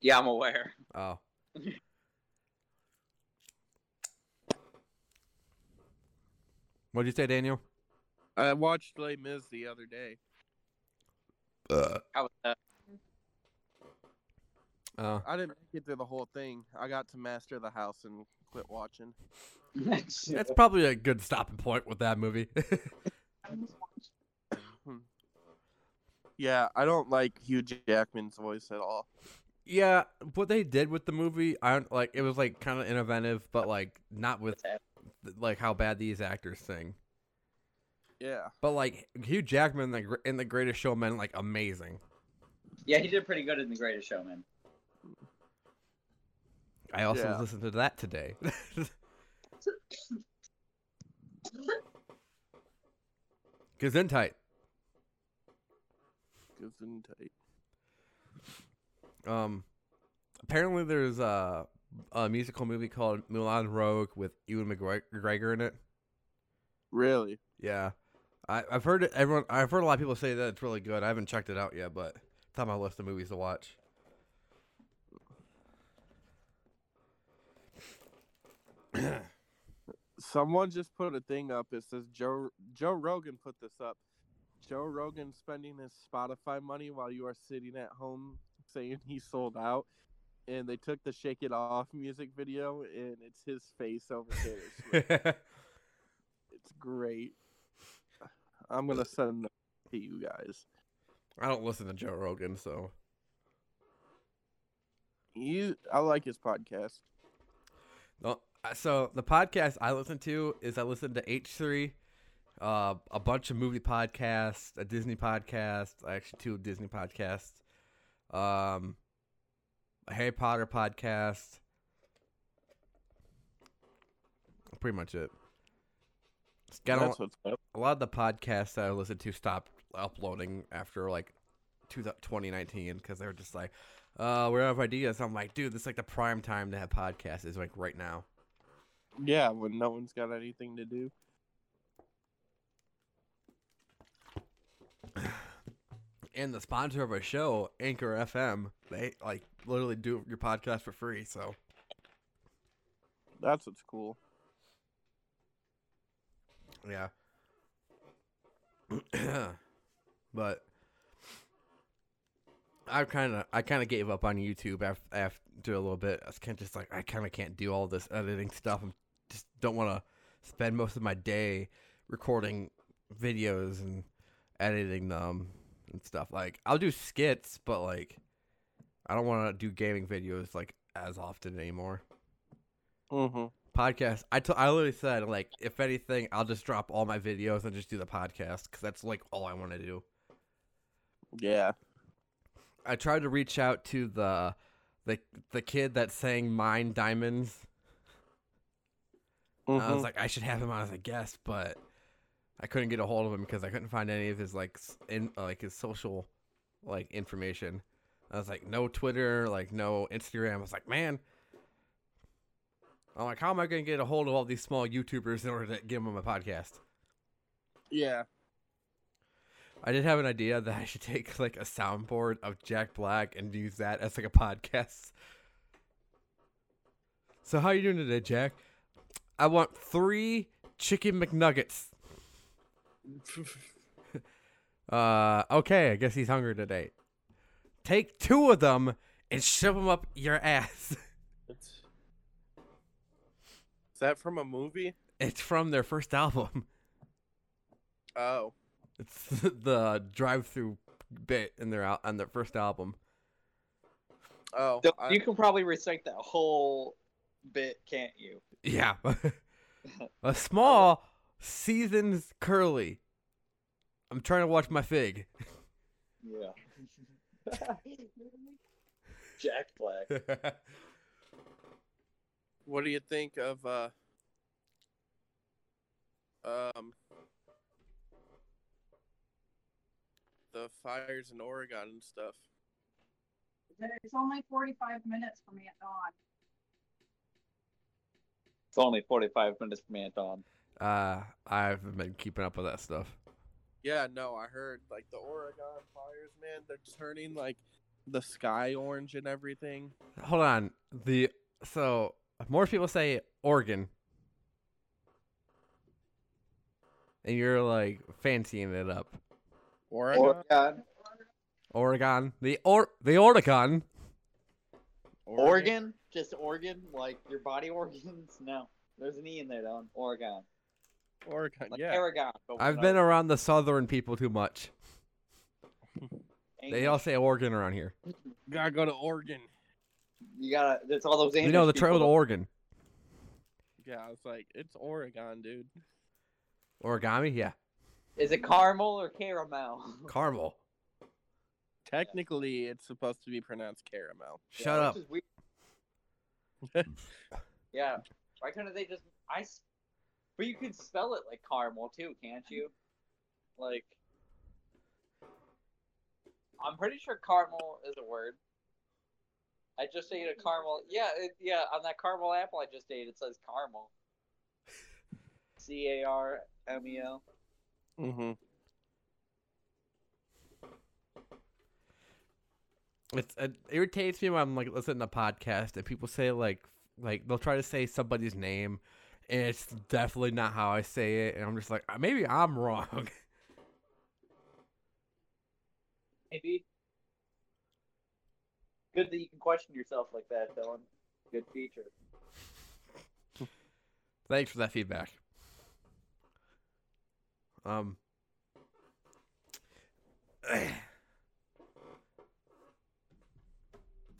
Yeah, I'm aware.
Oh. What'd you say, Daniel?
I watched Les Mis the other day.
Uh,
How was that?
uh,
I didn't make it through the whole thing. I got to master the house and quit watching.
that's probably a good stopping point with that movie.
Mm-hmm. Yeah, I don't like Hugh Jackman's voice at all.
yeah, what they did with the movie, I don't like. It was like kind of innovative, but like not with like how bad these actors sing.
Yeah.
But like Hugh Jackman in the, gr- in the Greatest Showman, like amazing.
Yeah, he did pretty good in The Greatest Showman.
I also
Yeah.
listened to that today. Gesundheit.
Gives in tight.
Um, apparently there's a, a musical movie called Moulin Rogue with Ewan McGreg- McGregor in it.
Really?
Yeah, I, I've heard it, everyone. I've heard a lot of people say that it's really good. I haven't checked it out yet, but it's on my list of movies to watch.
Someone just put a thing up. It says Joe Joe Rogan put this up. Joe Rogan spending his Spotify money while you are sitting at home saying he sold out. And they took the Shake It Off music video and it's his face over Taylor Swift. It's great. I'm gonna send them to you guys.
I don't listen to Joe Rogan, so
You, I like his podcast.
Well, uh, so the podcast I listen to is I listen to H three, uh, a bunch of movie podcasts, a Disney podcast, actually two Disney podcasts, um, a Harry Potter podcast. Pretty much it. It's got a,
That's what's up.
a lot of the podcasts that I listen to stopped uploading after like two thou- 2019 because they were just like, uh, we're out of ideas. I'm like, dude, this is like the prime time to have podcasts is like right now.
Yeah, when no one's got anything to do.
and the sponsor of our show, Anchor FM, they like literally do your podcast for free. So
That's what's cool.
yeah, but I kind of I kind of gave up on YouTube after, after a little bit. I was kind of just like I kind of can't do all this editing stuff. I just don't want to spend most of my day recording videos and editing them and stuff. Like I'll do skits, but like I don't want to do gaming videos like as often anymore.
Mm-hmm.
podcast. I t- I literally said like, if anything, I'll just drop all my videos and just do the podcast because that's like all I want to do.
Yeah.
I tried to reach out to the the the kid that sang "Mine Diamonds." And I
Mhm.
was like, I should have him on as a guest, but I couldn't get a hold of him because I couldn't find any of his like s- in like his social like information. I was like, no Twitter, like no Instagram. I was like, man. I'm like, how am I gonna get a hold of all these small YouTubers in order to give them a podcast?
yeah.
I did have an idea that I should take like a soundboard of Jack Black and use that as like a podcast. So how you doing today, Jack? I want three chicken McNuggets. Uh, okay, I guess he's hungry today. Take two of them and shove them up your ass.
It's- Is that from a movie?
It's from their first album.
Oh.
It's the drive-through bit in their out on their first album.
Oh.
So
I-
you can probably recite that whole bit, can't you?
Yeah. a small seasons curly. I'm trying to watch my fig.
Yeah.
Jack Black.
What do you think of uh um the fires in Oregon and stuff?
It's only 45 minutes for me at dawn.
It's only 45 minutes from Anton.
uh, I haven't been keeping up with that stuff.
Yeah, no, I heard like the Oregon fires, man, they're turning like the sky orange and everything.
Hold on. The so more people say Oregon, and you're like fancying it up.
Oregon?
Oregon.
Oregon, the or the Oregon.
Oregon? Just Oregon? Like your body organs? No. There's an E in there, Don. Oregon.
Oregon,
Like
yeah.
Aragon. but
I've
without
been around the southern people too much.
English.
They all say Oregon around here.
Gotta go to Oregon.
You gotta. There's all those.
You
English
know the
people
trail to
that-
Oregon.
Yeah, I was like, it's Oregon, dude.
Origami, yeah.
Is it caramel or caramel?
Carmel.
Technically, it's supposed to be pronounced caramel.
Shut
yeah,
up.
which is weird. yeah. Why couldn't they just I? s- But you can spell it like caramel too, can't you? Like, I'm pretty sure caramel is a word. I just ate a caramel. Yeah, it, yeah. On that caramel apple I just ate, it says caramel. C A R M E L.
Mm-hmm.
It's, it irritates me when I'm like listening to podcasts and people say like like they'll try to say somebody's name and it's definitely not how I say it and I'm just like "Uh, maybe I'm wrong.
Maybe. Good that you can question yourself like that, Dylan. Good feature.
Thanks for that feedback. Um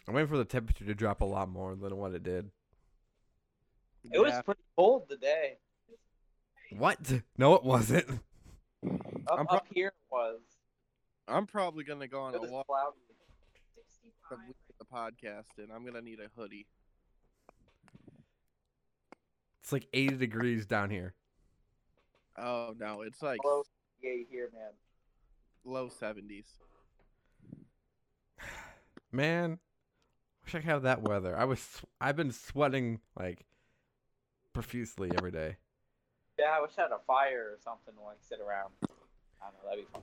I'm waiting for the temperature to drop a lot more than what it did.
It was pretty cold today.
What? No, it wasn't.
Up,
I'm pro-
up here it was.
I'm probably gonna go on
It
a
was
walk
cloudy.
65.
from leaving the podcast, and I'm gonna need a hoodie.
It's like 80 degrees down here.
Oh no, it's like
Hello, yeah, here, man.
low seventies.
Man, wish I could have that weather. I was sw- I've been sweating like profusely every day.
Yeah, I wish I had a fire or something to like sit around. I don't know, that'd be fun.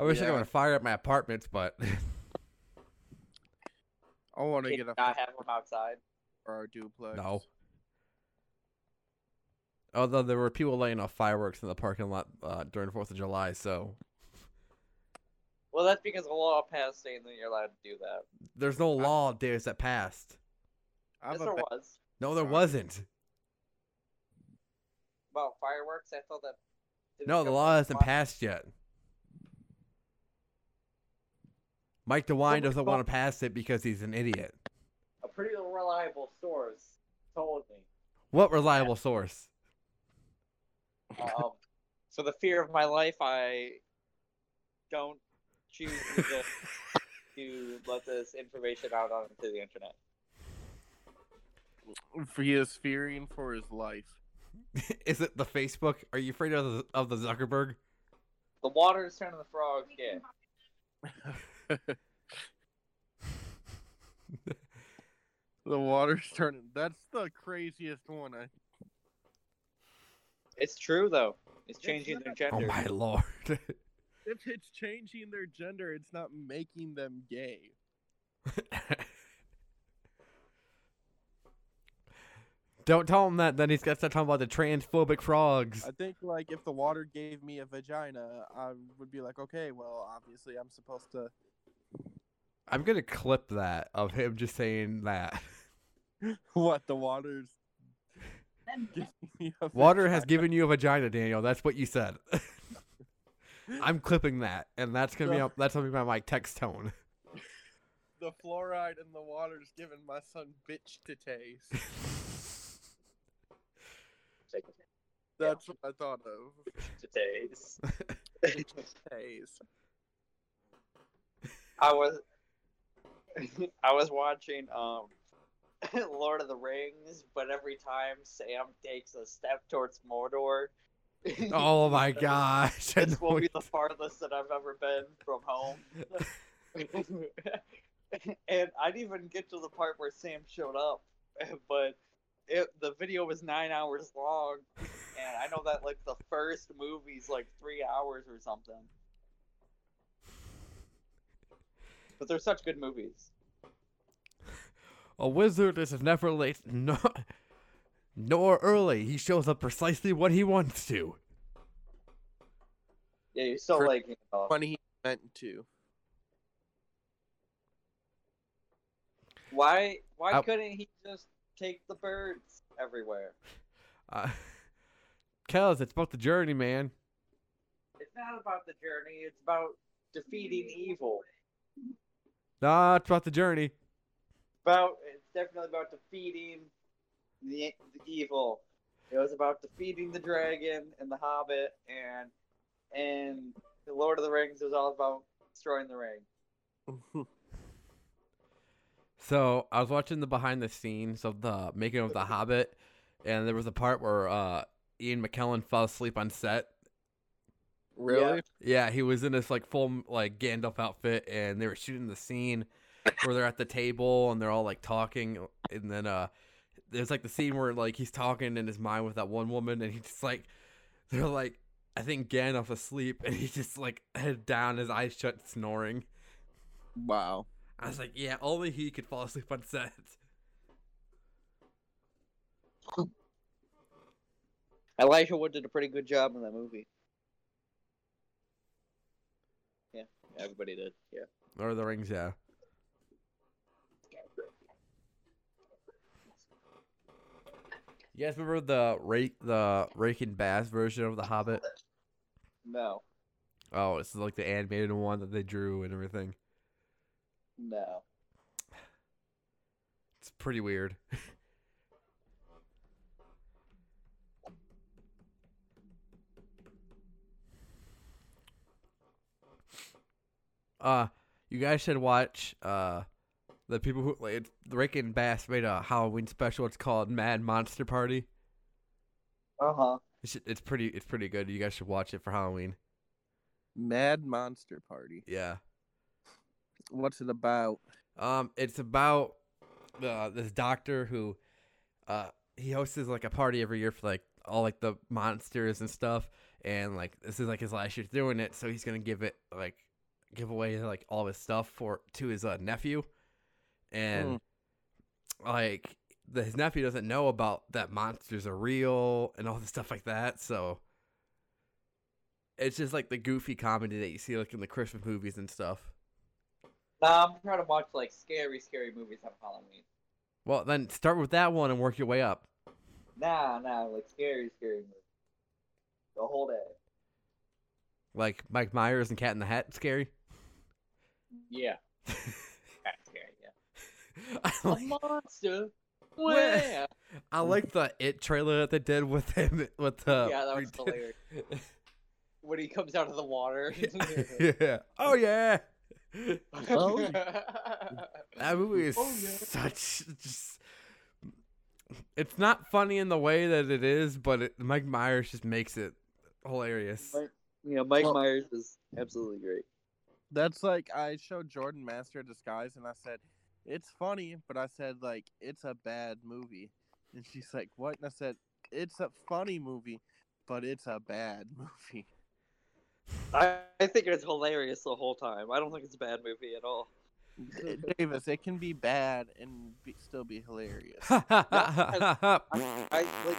I wish I
Yeah.
could have a fire at my apartments, but
I want to
Can
get a
you not have them outside.
for our duplex.
no. Although there were people laying off fireworks in the parking lot uh, during Fourth of July, so
Well, that's because the law passed saying that you're allowed to do that.
there's no law days that passed.
I'm
yes,
a
there
ba-
was
No, there
Sorry.
wasn't.
about fireworks. I thought that. didn't
No, the
go
law
for a
hasn't
while.
passed yet. Mike DeWine
Somebody
doesn't
thought-
want to pass it because he's an idiot.
A pretty reliable source told me.
What reliable source?
Um, so the fear of my life, I don't choose to, to let this information out onto the internet.
He is fearing for his life.
Is it the Facebook? Are you afraid of the, of the Zuckerberg?
The water is turning the frogs
We
gay.
can hop-
The water's turning. That's the craziest one. I
It's true though. It's changing their
Oh
gender.
my lord!
if it's changing their gender, it's not making them gay.
Don't tell him that. Then he's got to start talking about the transphobic frogs.
I think like if the water gave me a vagina, I would be like, okay, well, obviously I'm supposed to.
I'm gonna clip that of him just saying that.
What the water's
then
giving me a
Water has
vagina.
given you a vagina, Daniel. That's what you said. I'm clipping that, and that's gonna be
Yeah.
up, that's gonna be my like, text tone.
the fluoride in the water's giving my son bitch to taste. That's what I thought of.
Today's.
Taste.
I was. I was watching um Lord of the Rings, but every time Sam takes a step towards Mordor,
Oh my gosh. I
this
know
will be
it.
the farthest that I've ever been from home. and I didn't even get to the part where Sam showed up, but it, the video was nine hours long, and I know that like the first movie's like three hours or something. But they're such good movies.
A wizard is never late, no, nor early. He shows up precisely when he wants to.
Yeah, you're still
For-
like you know,
Funny he meant to.
why why
I-
couldn't he just take the birds everywhere?
Uh, Kels, it's about the journey, man.
It's not about the journey. It's about defeating evil.
Nah, it's about the journey.
about it's definitely about defeating the, the evil. It was about defeating the dragon and the Hobbit, and and the Lord of the Rings was all about destroying the ring.
So I was watching the behind the scenes of the making of The Hobbit, and there was a part where uh, Ian McKellen fell asleep on set.
Really?
Yeah, he was in this like full like Gandalf outfit, and they were shooting the scene where they're at the table and they're all like talking, and then uh, there's like the scene where like he's talking in his mind with that one woman, and he just like they're like I think Gandalf asleep, and he's just like head down, his eyes shut, snoring.
Wow.
I was like, yeah, only he could fall asleep on set.
Elijah Wood did a pretty good job in that movie. Yeah, everybody did. Yeah.
Lord of the Rings, yeah. You guys remember the rake the Rake and Bass version of The Hobbit?
No,
Oh, it's like the animated one that they drew and everything.
no.
It's pretty weird. uh, you guys should watch uh the people who like it's- Rick and Bass made a Halloween special. It's called Mad Monster Party.
Uh huh.
It's, it's pretty it's pretty good. You guys should watch it for Halloween.
Mad Monster Party.
Yeah.
What's it about?
Um, it's about uh, this doctor who uh, he hosts like a party every year for like all like the monsters and stuff, and like this is like his last year doing it, so he's gonna give it like give away like all his stuff for to his uh, nephew, and like the, his nephew doesn't know about that monsters are real and all this stuff like that, so. It's just like the goofy comedy that you see like in the Christmas movies and stuff.
Nah, I'm trying to watch like scary, scary movies on Halloween.
Well, then start with that one and work your way up.
Nah, nah, like scary, scary movies. The whole day.
Like Mike Myers and Cat in the Hat, scary.
Yeah. That's scary, yeah.
I
Oh
like,
monster.
Where? I like the it trailer that they did with him with uh, the
yeah, that was hilarious. When he comes out of the water.
yeah. Oh yeah.
Oh.
That movie is
Oh, yeah.
such just it's not funny in the way that it is, but it, Mike Myers just makes it hilarious.
Mike- yeah, Mike
Well-
Myers is absolutely great.
That's like I showed Jordan Master of Disguise and I said, It's funny, but I said like it's a bad movie. And she's like, What? And I said, It's a funny movie, but it's a bad movie.
I, I think it's hilarious the whole time. I don't think it's a bad movie at all.
Eh, Davis, it can be bad and be, still be hilarious.
I like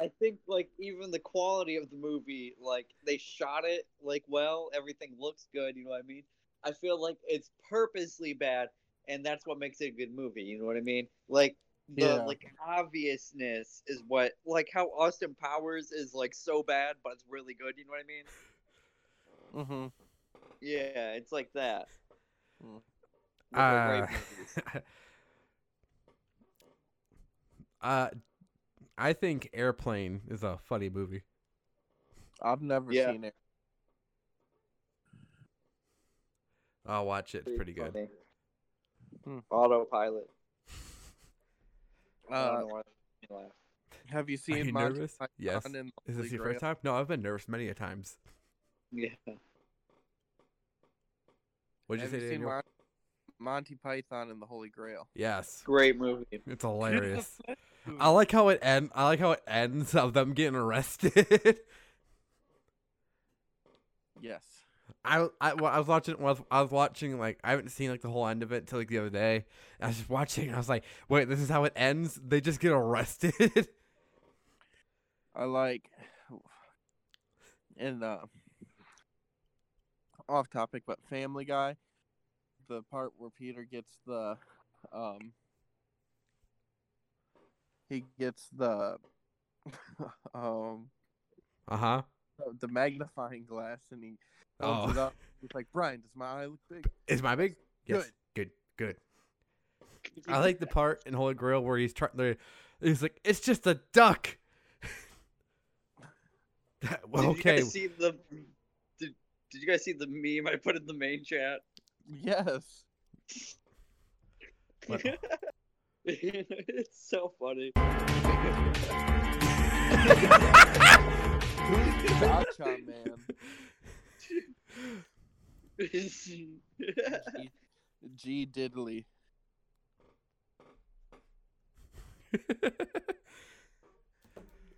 I think like even the quality of the movie, like they shot it like well, everything looks good, you know what I mean? I feel like it's purposely bad and that's what makes it a good movie, you know what I mean? Like the
Yeah.
like obviousness is what like how Austin Powers is like so bad but it's really good, you know what I mean?
hmm
Yeah, it's like that.
Mm.
Those are great
Uh,
movies.
uh, I think Airplane is a funny movie.
I've never
Yeah.
seen it.
I'll watch it. It's pretty good.
funny.
Autopilot. I
Uh,
don't know why you laugh.
have you
Are
seen
you
Monty
nervous?
Python
Yes.
and the
Is this
Holy
your first
Grail?
time? No, I've been nervous many a times.
Yeah.
What'd you
Have
say,
you seen
Daniel?
Mon- Monty Python and the Holy Grail?
Yes,
Great movie.
it's hilarious. I like how it end. I like how it ends of them getting arrested.
Yes.
I, I, well, I was watching I was, I was watching like I haven't seen like the whole end of it until like the other day. And I was just watching and I was like, wait, this is how it ends. They just get arrested.
I like and uh off topic but Family Guy the part where Peter gets the um he gets the um
uh huh.
the- the magnifying glass and he holds it
Oh,
up he's like Brian does my eye look big
is my big? Yes. Good. Good. I like the part in Holy Grail where he's trying. there- He's like, it's just a duck. That- well,
Did you
okay.
guys see the? Did, did you guys see the meme I put in the main chat?
yes
What?
it's so funny.
who's the Cha-Cha man G, G Diddley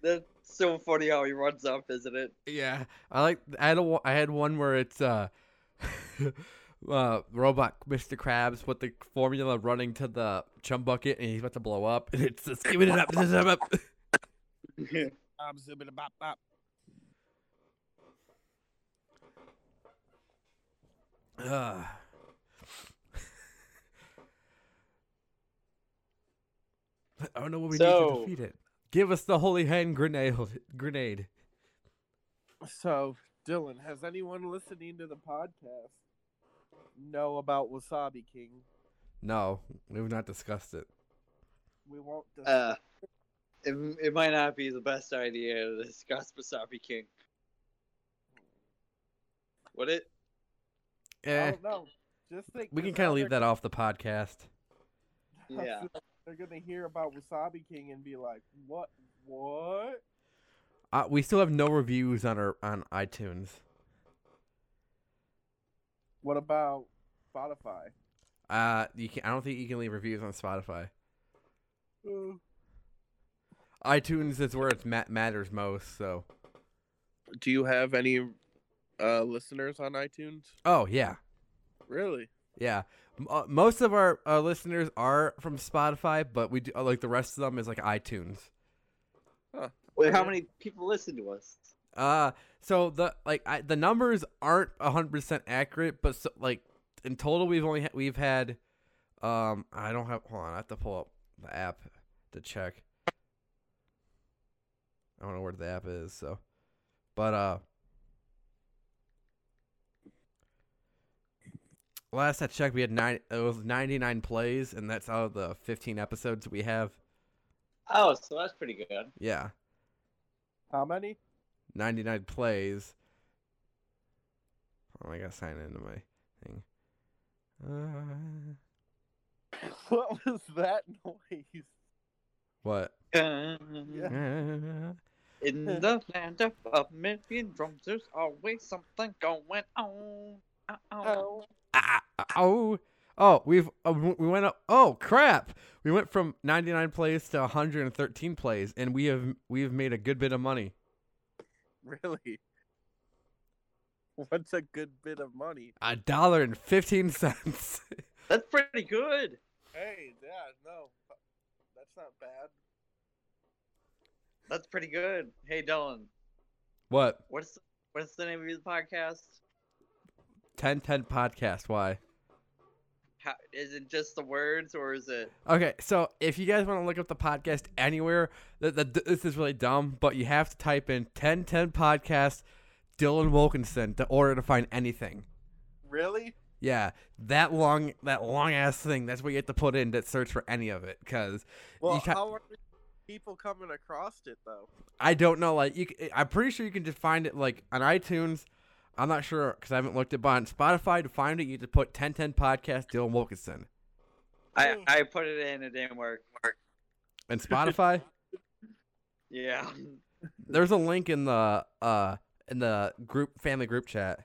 That's so funny how he runs up, isn't it?
Yeah, I like. I had a wa- I had one where it's uh, uh, robot Mr. Krabs with the formula running to the chum bucket, and he's about to blow up, and it's just giving it up, giving it up.
Bob, zibbity, bop, bop.
Ugh. I don't know what we need
So-
to defeat it. Give us the holy hand grenade. Grenade.
So, Dylan, has anyone listening to the podcast know about Wasabi King?
No, we've not discussed it.
We won't. Dis-
Uh, it, it might not be the best idea to discuss Wasabi King. Would it?
I
Eh,
don't know. Just think
we can
this
kind of
other
leave that off the podcast.
cuss-
Yeah.
They're gonna hear about Wasabi King and be like, "What? What?"
Uh, we still have no reviews on our on iTunes.
What about Spotify?
Uh, you can. I don't think you can leave reviews on Spotify.
Uh,
iTunes is where it ma- matters most. So,
Do you have any uh, listeners on iTunes?
oh yeah,
Really?
yeah. M- uh, most of our uh, listeners are from Spotify, but we do uh, like the rest of them is like iTunes.
Wait, how many people listen to us?
Uh, so the like I, the numbers aren't hundred percent accurate, but so, like in total we've only ha- we've had, um, I don't have. Hold on, I have to pull up the app to check. I don't know where the app is, so, but uh, last I checked, we had nine. It was ninety nine plays, and that's out of the fifteen episodes we have.
Oh, so that's pretty good.
Yeah,
How many?
99 plays. Oh, I gotta sign into my thing. Uh,
What was that noise?
what? Mm-hmm. Ah,
In the land of a million drums, there's always something going on. Oh, oh.
Ah, ah, oh, oh, we've uh, w- we went up. Oh crap! We went from 99 plays to 113 plays, and we have we have made a good bit of money.
Really? What's a good bit of money?
A dollar and 15 cents.
That's pretty good.
Hey, yeah, no, that's not bad.
That's pretty good. Hey, Dylan,
what?
what's what's the name of your podcast?
1010 podcast. Why?
How, is it just the words, or is it?
Okay, so if you guys want to look up the podcast anywhere, th- th- th- this is really dumb, but you have to type in 1010 podcast Dylan Wilkinson to order to find anything.
Really?
Yeah, that long, that long ass thing. That's what you have to put in to search for any of it. Cause
Well,
ca-
how are people coming across it though?
I don't know, like you, c- I'm pretty sure you can just find it like on iTunes. I'm not sure because I haven't looked it, but on Spotify to find it, you have to put 1010 podcast Dylan Wilkinson.
I, I put it in, it didn't work.
And Spotify,
Yeah.
there's a link in the uh in the group family group chat.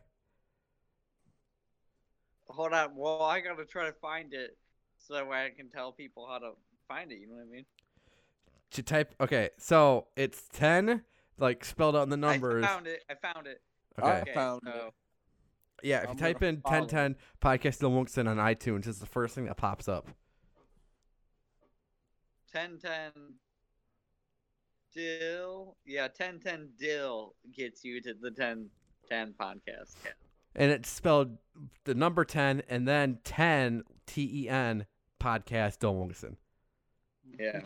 Hold on. Well, I gotta try to find it so that way I can tell people how to find it. You know what I mean?
To type okay, so it's ten like spelled out in the numbers.
I found it. I found it.
okay.
I found
so-
Yeah, if
I'm
you type
gonna
in
follow.
1010 podcast Dylan Wilkinson on iTunes, it's the first thing that pops up.
1010 Dill. Yeah, 1010 Dill gets you to the 1010 podcast.
And it's spelled the number 10 and then 10 T E N podcast Dylan Wilkinson. Mm-hmm.
Yeah.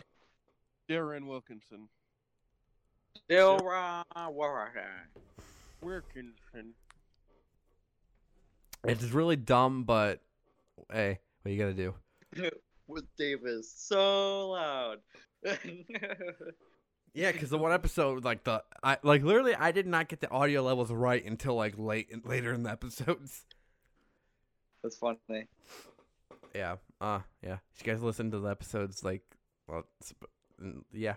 Darren Wilkinson.
Dill Ra Ra.
Wilkinson.
It's really dumb, but hey, what you gonna do?
With Davis so loud.
Yeah, because the one episode, like the I like literally, I did not get the audio levels right until like late in, later in the episodes.
That's funny.
Yeah, uh, yeah. You guys listen to the episodes like, well, sp- mm, yeah.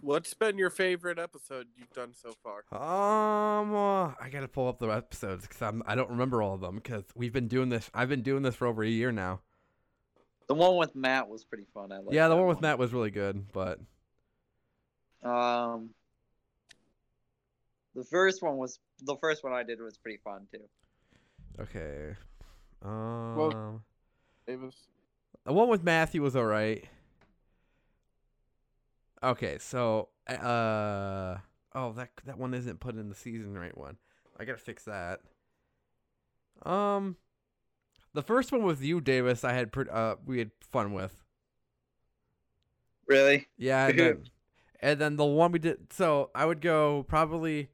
What's been your favorite episode you've done so far?
Um, uh, I gotta pull up the episodes because I'm I don't remember all of them because we've been doing this. I've been doing this for over a year now.
The one with Matt was pretty fun. I liked
yeah, the
that
one with Matt was really good, but
Um, the first one was the first one I did was pretty fun too.
okay. Um,
Davis.
the one with Matthew was all right. Okay, so uh, oh that that one isn't put in the season right one. I gotta fix that. Um, the first one with you, Davis. I had pretty uh we had fun with.
Really?
Yeah, and then, and then the one we did. So I would go probably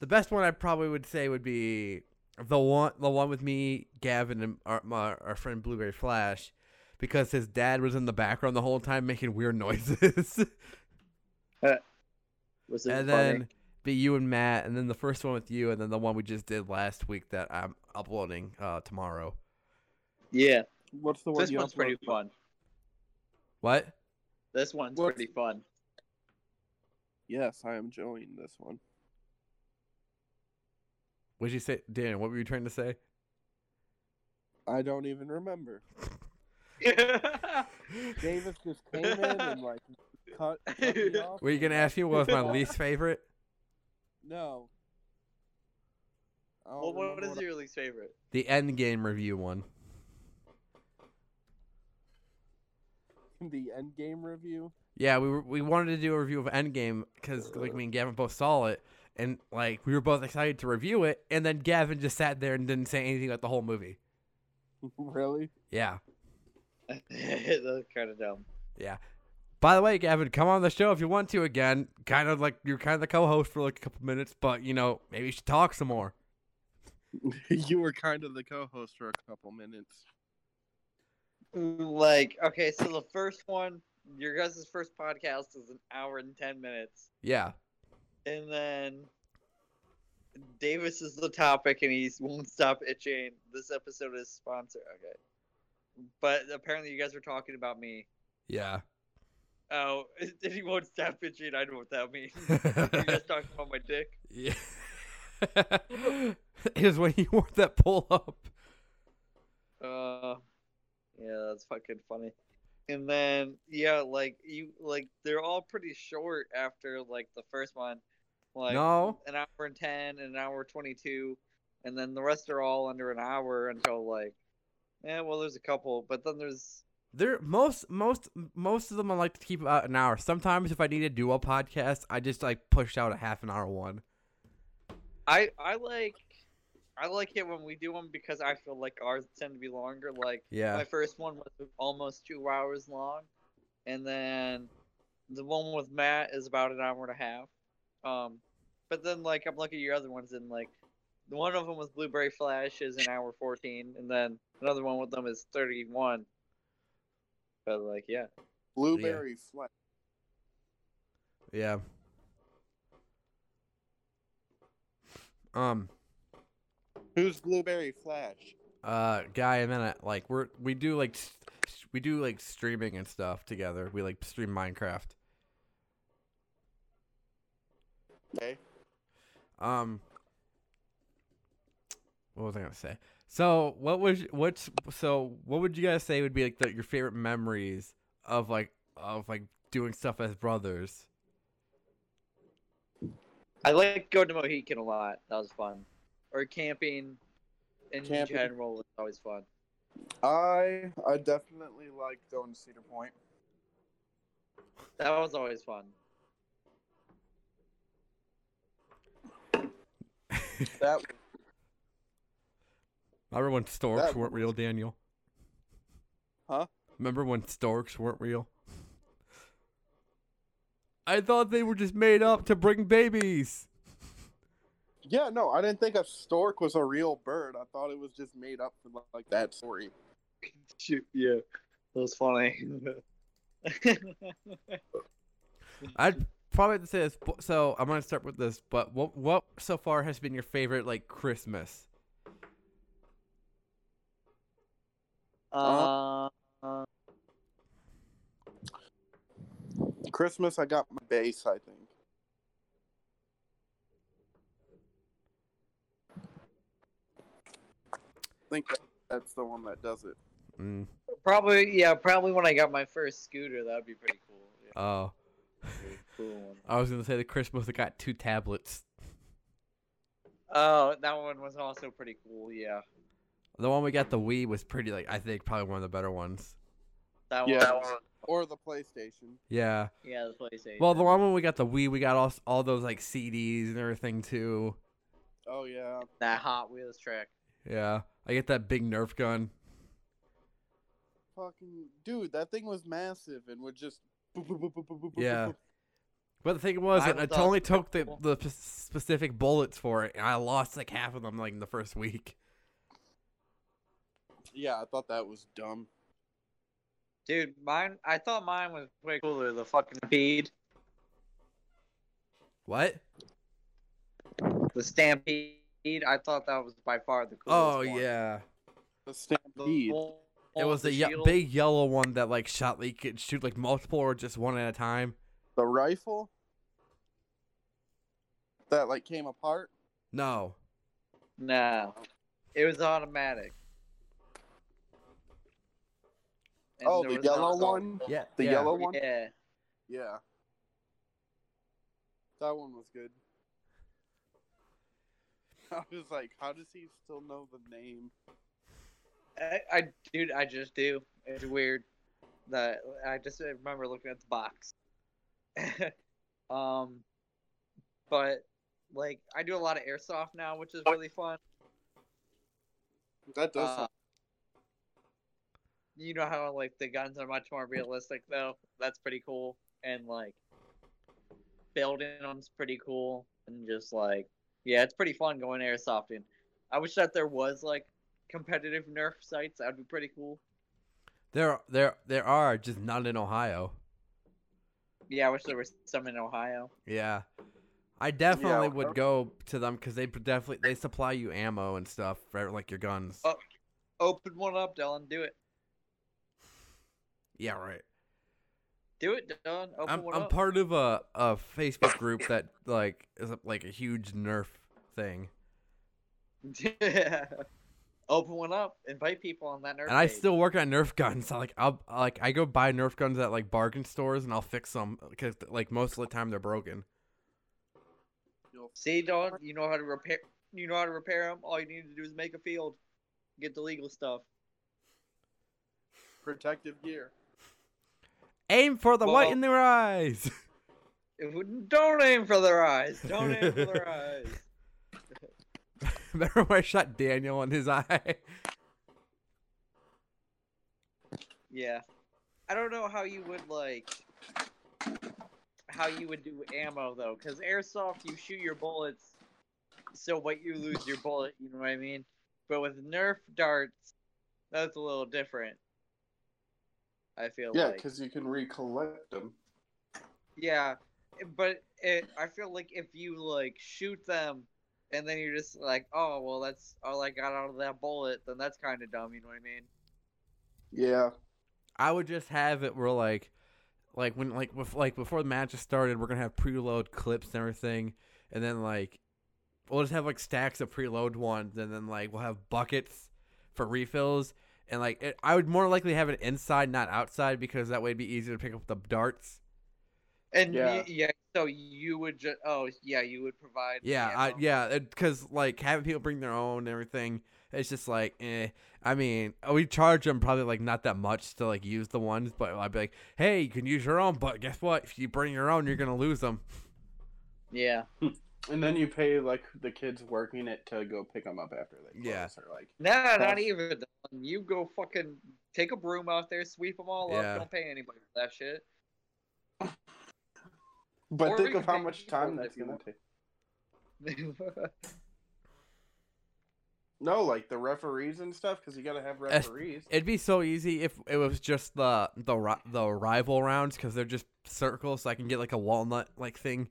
the best one. I probably would say would be the one, the one with me, Gavin, and our, my, our friend Blueberry Flash, because his dad was in the background the whole time making weird noises.
Was it
and
funny?
then be you and Matt, and then the first one with you, and then the one we just did last week that I'm uploading uh, tomorrow.
yeah,
What's the one
this
you
one's pretty
uploaded?
fun.
What?
This one's
What's-
pretty fun.
Yes, I am enjoying this one.
What did you say, Dan? What were you trying to say?
I don't even remember. Davis just came in and like cut, cut me off.
Were you gonna ask me what was my least favorite?
No. I don't
well, what
remember
is your least favorite?
The end game review one.
I- the end game review?
Yeah, we were, we wanted to do a review of Endgame because like me and Gavin both saw it, and like we were both excited to review it, and then Gavin just sat there and didn't say anything about the whole movie.
really?
Yeah.
That's kind of dumb.
By the way, Gavin, come on the show if you want to again. Kind of like you're kind of the co-host for like a couple minutes, but you know maybe you should talk some more.
you were kind of the co-host for a couple minutes.
Like, okay, so the first one, your guys' first podcast is an hour and ten minutes,
Yeah.
and then Davis is the topic, and he won't stop itching. This episode is sponsored. Okay, but apparently you guys were talking about me.
Yeah.
Oh, and he won't stop itching. I know what that means. you guys talking about my dick?
yeah. it was when you wore that pull up.
Uh, yeah, that's fucking funny. And then yeah, like you like they're all pretty short after like the first one, like
No.
an hour and ten and an hour twenty two, and then the rest are all under an hour until like, yeah, well, there's a couple, but then there's
There most most most of them I like to keep about an hour. Sometimes if I need to do a podcast, I just like push out a half an hour one.
I I like I like it when we do them because I feel like ours tend to be longer. Like
Yeah.
My first one was almost two hours long, and then the one with Matt is about an hour and a half. Um, but then like I'm looking at your other ones, and like the one of them with Blueberry Flash is an hour fourteen, and then another one with them is thirty one. But like yeah,
Blueberry Flex.
Yeah. Um Um,
Who's Blueberry Flash?
uh guy and then I, like we're we do like s- s- we do like streaming and stuff together. We like stream Minecraft.
Okay.
Um What was I going to say? So, what was what's so what would you guys say would be like the, your favorite memories of like of like doing stuff as brothers?
I like going to Mohican a lot. That was fun. Or camping in
Camping.
general is always fun.
I I definitely like going to Cedar Point.
That was always fun.
That
Remember when storks
That-
weren't real, Daniel?
Huh?
Remember when storks weren't real? I thought they were just made up to bring babies.
yeah, no, I didn't think a stork was a real bird. I thought it was just made up for like that story.
Shoot, yeah. That was funny.
I'd probably have to say this. bu- So I'm gonna start with this. But what what so far has been your favorite like Christmas?
uh,
Christmas, I got my base. I think. I think that- that's the one that does it.
Mm,
probably, yeah, probably when I got my first scooter, that would be pretty cool. Yeah,
oh,
pretty cool one.
I was gonna say the Christmas that got two tablets.
Oh, that one was also pretty cool. Yeah,
The one we got the Wii was pretty like I think probably one of the better ones.
that
Yeah.
one. was-
Or the PlayStation.
Yeah.
Yeah, the PlayStation.
Well, the one when we got the Wii, we got all all those like CDs and everything too.
Oh yeah.
that Hot Wheels track.
Yeah, I get that big Nerf gun.
Fucking dude, that thing was massive and would just. boop, boop, boop, boop, boop, boop,
Yeah.
boop.
But the thing was,
I
it,
was
it
also
only took the,
careful.
the p- specific bullets for it, and I lost like half of them like in the first week.
Yeah, I thought that was dumb.
Dude, mine. I thought mine was way cooler. The fucking speed,
What?
the stampede. I thought that was by far the coolest.
Oh
one.
yeah,
The
The
stampede.
whole-
it was the,
the
ye-
shield.
big yellow one that like shot like could shoot like multiple or just one at a time.
The rifle that like came apart.
No,
No, it was automatic. And
oh,
there
the
was
yellow
also-
one.
yeah,
The
yeah.
yellow one.
Yeah,
Yeah. That one was good. I was like, how does he still know the name?
I, I, dude, I just do. It's weird. That I just remember looking at the box. um, but like I do a lot of airsoft now, which is really fun.
That does
Uh,
sound-
you know how like the guns are much more realistic though. That's pretty cool, and like building them's pretty cool, and just like yeah, it's pretty fun going airsofting. I wish that there was like competitive Nerf sites. That'd be pretty cool.
There, there, there are just none in Ohio.
Yeah, I wish there was some in Ohio.
Yeah, I definitely
Ohio.
would go to them because they definitely they supply you ammo and stuff for like your guns.
Oh. Open one up, Dylan. Do it.
Yeah, right.
Do it, Dylan. Open
I'm
one
I'm
up.
part of a a Facebook group that like is like a huge Nerf thing,
Open one up. Invite people on that Nerf.
and I
page.
still work on Nerf guns. So like I'll like I go buy Nerf guns at like bargain stores and I'll fix them because like most of the time they're broken.
you'll-
see, Dylan. You know how to repair. You know how to repair them. All you need to do is make a field, get the legal stuff.
protective gear.
Aim for the white
Well-
in their eyes.
It would- Don't aim for their eyes. Don't aim for their eyes.
Remember when I shot Daniel in his eye?
Yeah. I don't know how you would like how you would do ammo though, because airsoft you shoot your bullets, so what you lose your bullet. You know what I mean? But with Nerf darts, that's a little different. I feel
Yeah,
like.
because you can recollect them.
Yeah, but it, I feel like if you like shoot them and then you're just like, oh well, that's all I got out of that bullet. Then that's kind of dumb. You know what I mean?
Yeah.
I would just have it where like, like when like bef- like before the match has started, we're gonna have preload clips and everything, and then like, we'll just have like stacks of preload ones, and then like we'll have buckets for refills, and like it, I would more likely have it inside, not outside, because that way it'd be easier to pick up the darts.
And
Yeah.
yeah, yeah so you would just oh yeah, you would provide.
Yeah, I,
ammo.
yeah, because like having people bring their own and everything, it's just like, eh. I mean, we charge them probably like not that much to like use the ones, but I'd be like, hey, you can use your own, but guess what? If you bring your own, you're gonna lose them.
yeah.
And then you pay like the kids working it to go pick them up after they close.
Yeah.
Or like
Nah,
That's-
not even. Dylan. You go fucking take a broom out there, sweep them all
Yeah.
up. Don't pay anybody for that shit.
But
Or
think
we
of
could
how
make
much
keyboards
time
if
that's
you
gonna
want.
take. No, like the referees and stuff, because you gotta have
That's-
referees.
It'd be so easy if it was just the the ri- the rival rounds because they're just circles, so I can get like a walnut like thing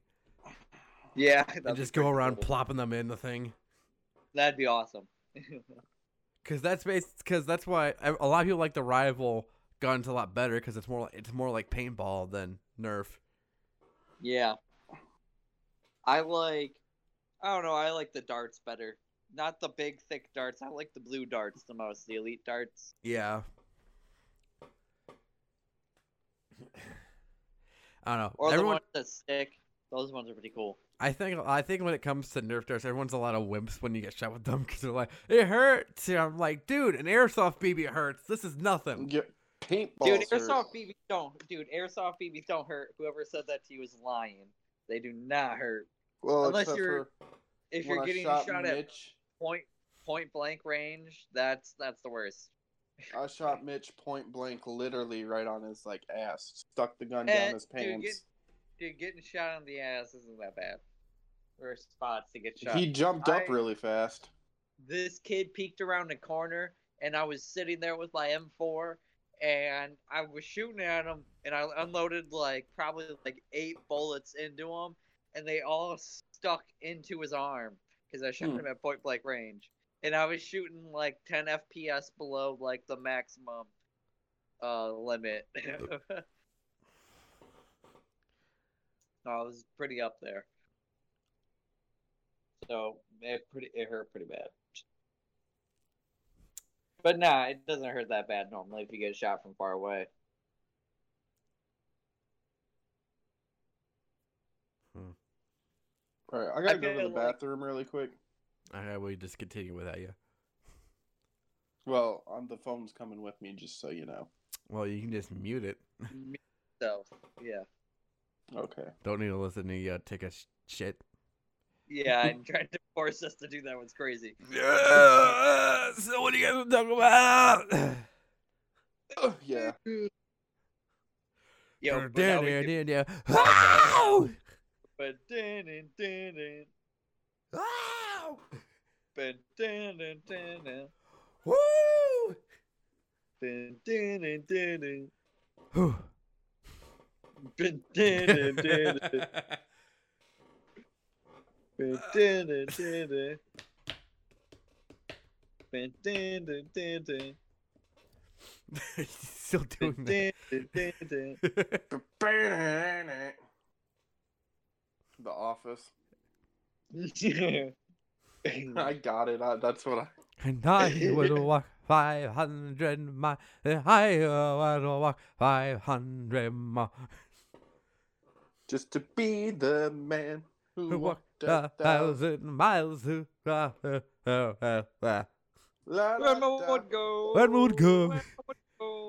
yeah,
and
that'd be
just go
pretty
around
cool.
plopping them in the thing.
That'd be awesome.
Cause that's based, cause that's why a a lot of people like the rival guns a lot better, cause it's more like it's more like paintball than Nerf.
Yeah. I like I don't know, I like the darts better. Not the big thick darts. I like the blue darts the most, the elite darts.
Yeah. I don't know.
Or the
Everyone,
ones that stick. Those ones are pretty cool.
I think, I think when it comes to Nerf darts, everyone's a lot of wimps when you get shot with them because they're like, "It hurts." And I'm like, "Dude, an airsoft BB hurts. This is nothing."
Get paintballs.
Dude,
are-
airsoft BBs don't dude, airsoft BBs don't hurt. Whoever said that to you is lying. They do not hurt.
Well,
unless
except
you're-
for
If
when
you're
I
getting
shot
shot, at
Mitch,
point point blank range, that's that's the worst.
I shot Mitch point blank, literally right on his like ass. Stuck the gun
Eh,
down his
dude, get-
pants.
Dude, getting shot on the ass isn't that bad. There are spots to get shot.
He jumped up
I-
really fast.
this kid peeked around the corner and I was sitting there with my M4 and I was shooting at him and I unloaded like probably like eight bullets into him and they all stuck into his arm because I shot
Hmm.
him at point blank range. And I was shooting like 10 FPS below like the maximum uh, limit. so I was pretty up there. So it pretty it hurt pretty bad. But nah, it doesn't hurt that bad normally if you get shot from far away.
All right, I gotta
I
go to the
feel like-
bathroom really quick.
Okay, we just continue without you.
Well, um, the phone's coming with me, just so you know.
Well, you can just mute it.
So yeah,
Okay.
Don't need to listen to you uh, take a sh- shit.
yeah, and trying to force us to do that was crazy.
Yeah. So what do you guys want to talk about?
yeah.
Yo, but now we can-
Ow!
but dun- dun- dun-
Ow!
but dun- dun- dun- dun-
Woo!
dun- dun- dun- dun- dun-
Whew.
dun- dun- dun- dun- dun- Dun, dun, dun, dun, dun. Dun, dun, dun, dun, dun.
He's Still doing
Dun,
that.
dun, dun, dun, dun.
The Office.
Yeah.
I got it. I, that's what I.
and I will walk 500 miles. I will walk 500 miles.
Just to be the man who
Who
walked
walked
a
a
thousand.
thousand miles. Who- ah, ah, ah, ah, ah.
La, la,
Where my
da.
would go?
Where my would go?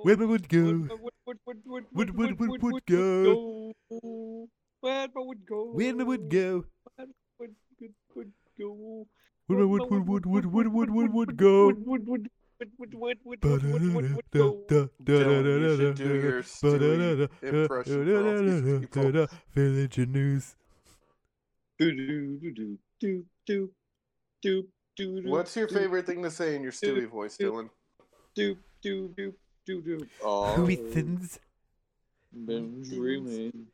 Where my would go?
Where would go?
Would, would, would, would, would,
Would-
would,
would- would-
would, would,
would
would go? Where my would go?
Where would go?
Would, would, would go?
Would would would would would would would would would go?
Would, would, would, would, would, would, would, would, would, would go?
Dylan, you should do your Stewie impression for all these people.
Village news.
Do-do-do-do, do-do, do-do, do-do,
What's your
do-do,
favorite thing to say in your Stewie voice, Dylan?
do-do, do-do, do-do. Oh,
Coethins.
been dreaming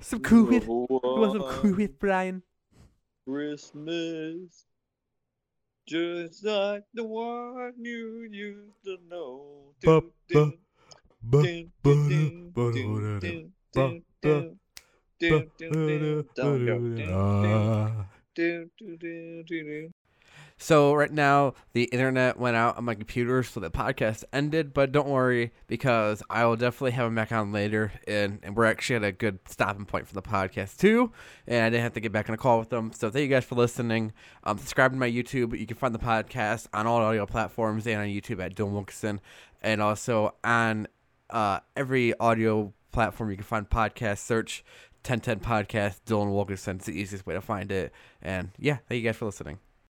Some coeth.
of a
You want some
while.
coeth, Brian?
Christmas, just like the one you used to know.
Ba-
Dun,
ba-
dun, dun, dun, dun, dun, dun, dun, dun, dun, dun, dun, dun, dun, dun, dun, dun.
So right now the internet went out on my computer, so the podcast ended. But don't worry because I will definitely have him back on later, and, and we're actually at a good stopping point for the podcast too. And I didn't have to get back on a call with them. So thank you guys for listening. Um, subscribe to my YouTube. You can find the podcast on all audio platforms and on YouTube at Dylan Wilkinson, and also on uh, every audio platform you can find podcast search 1010 podcast Dylan Wilkinson. It's the easiest way to find it. And yeah, thank you guys for listening.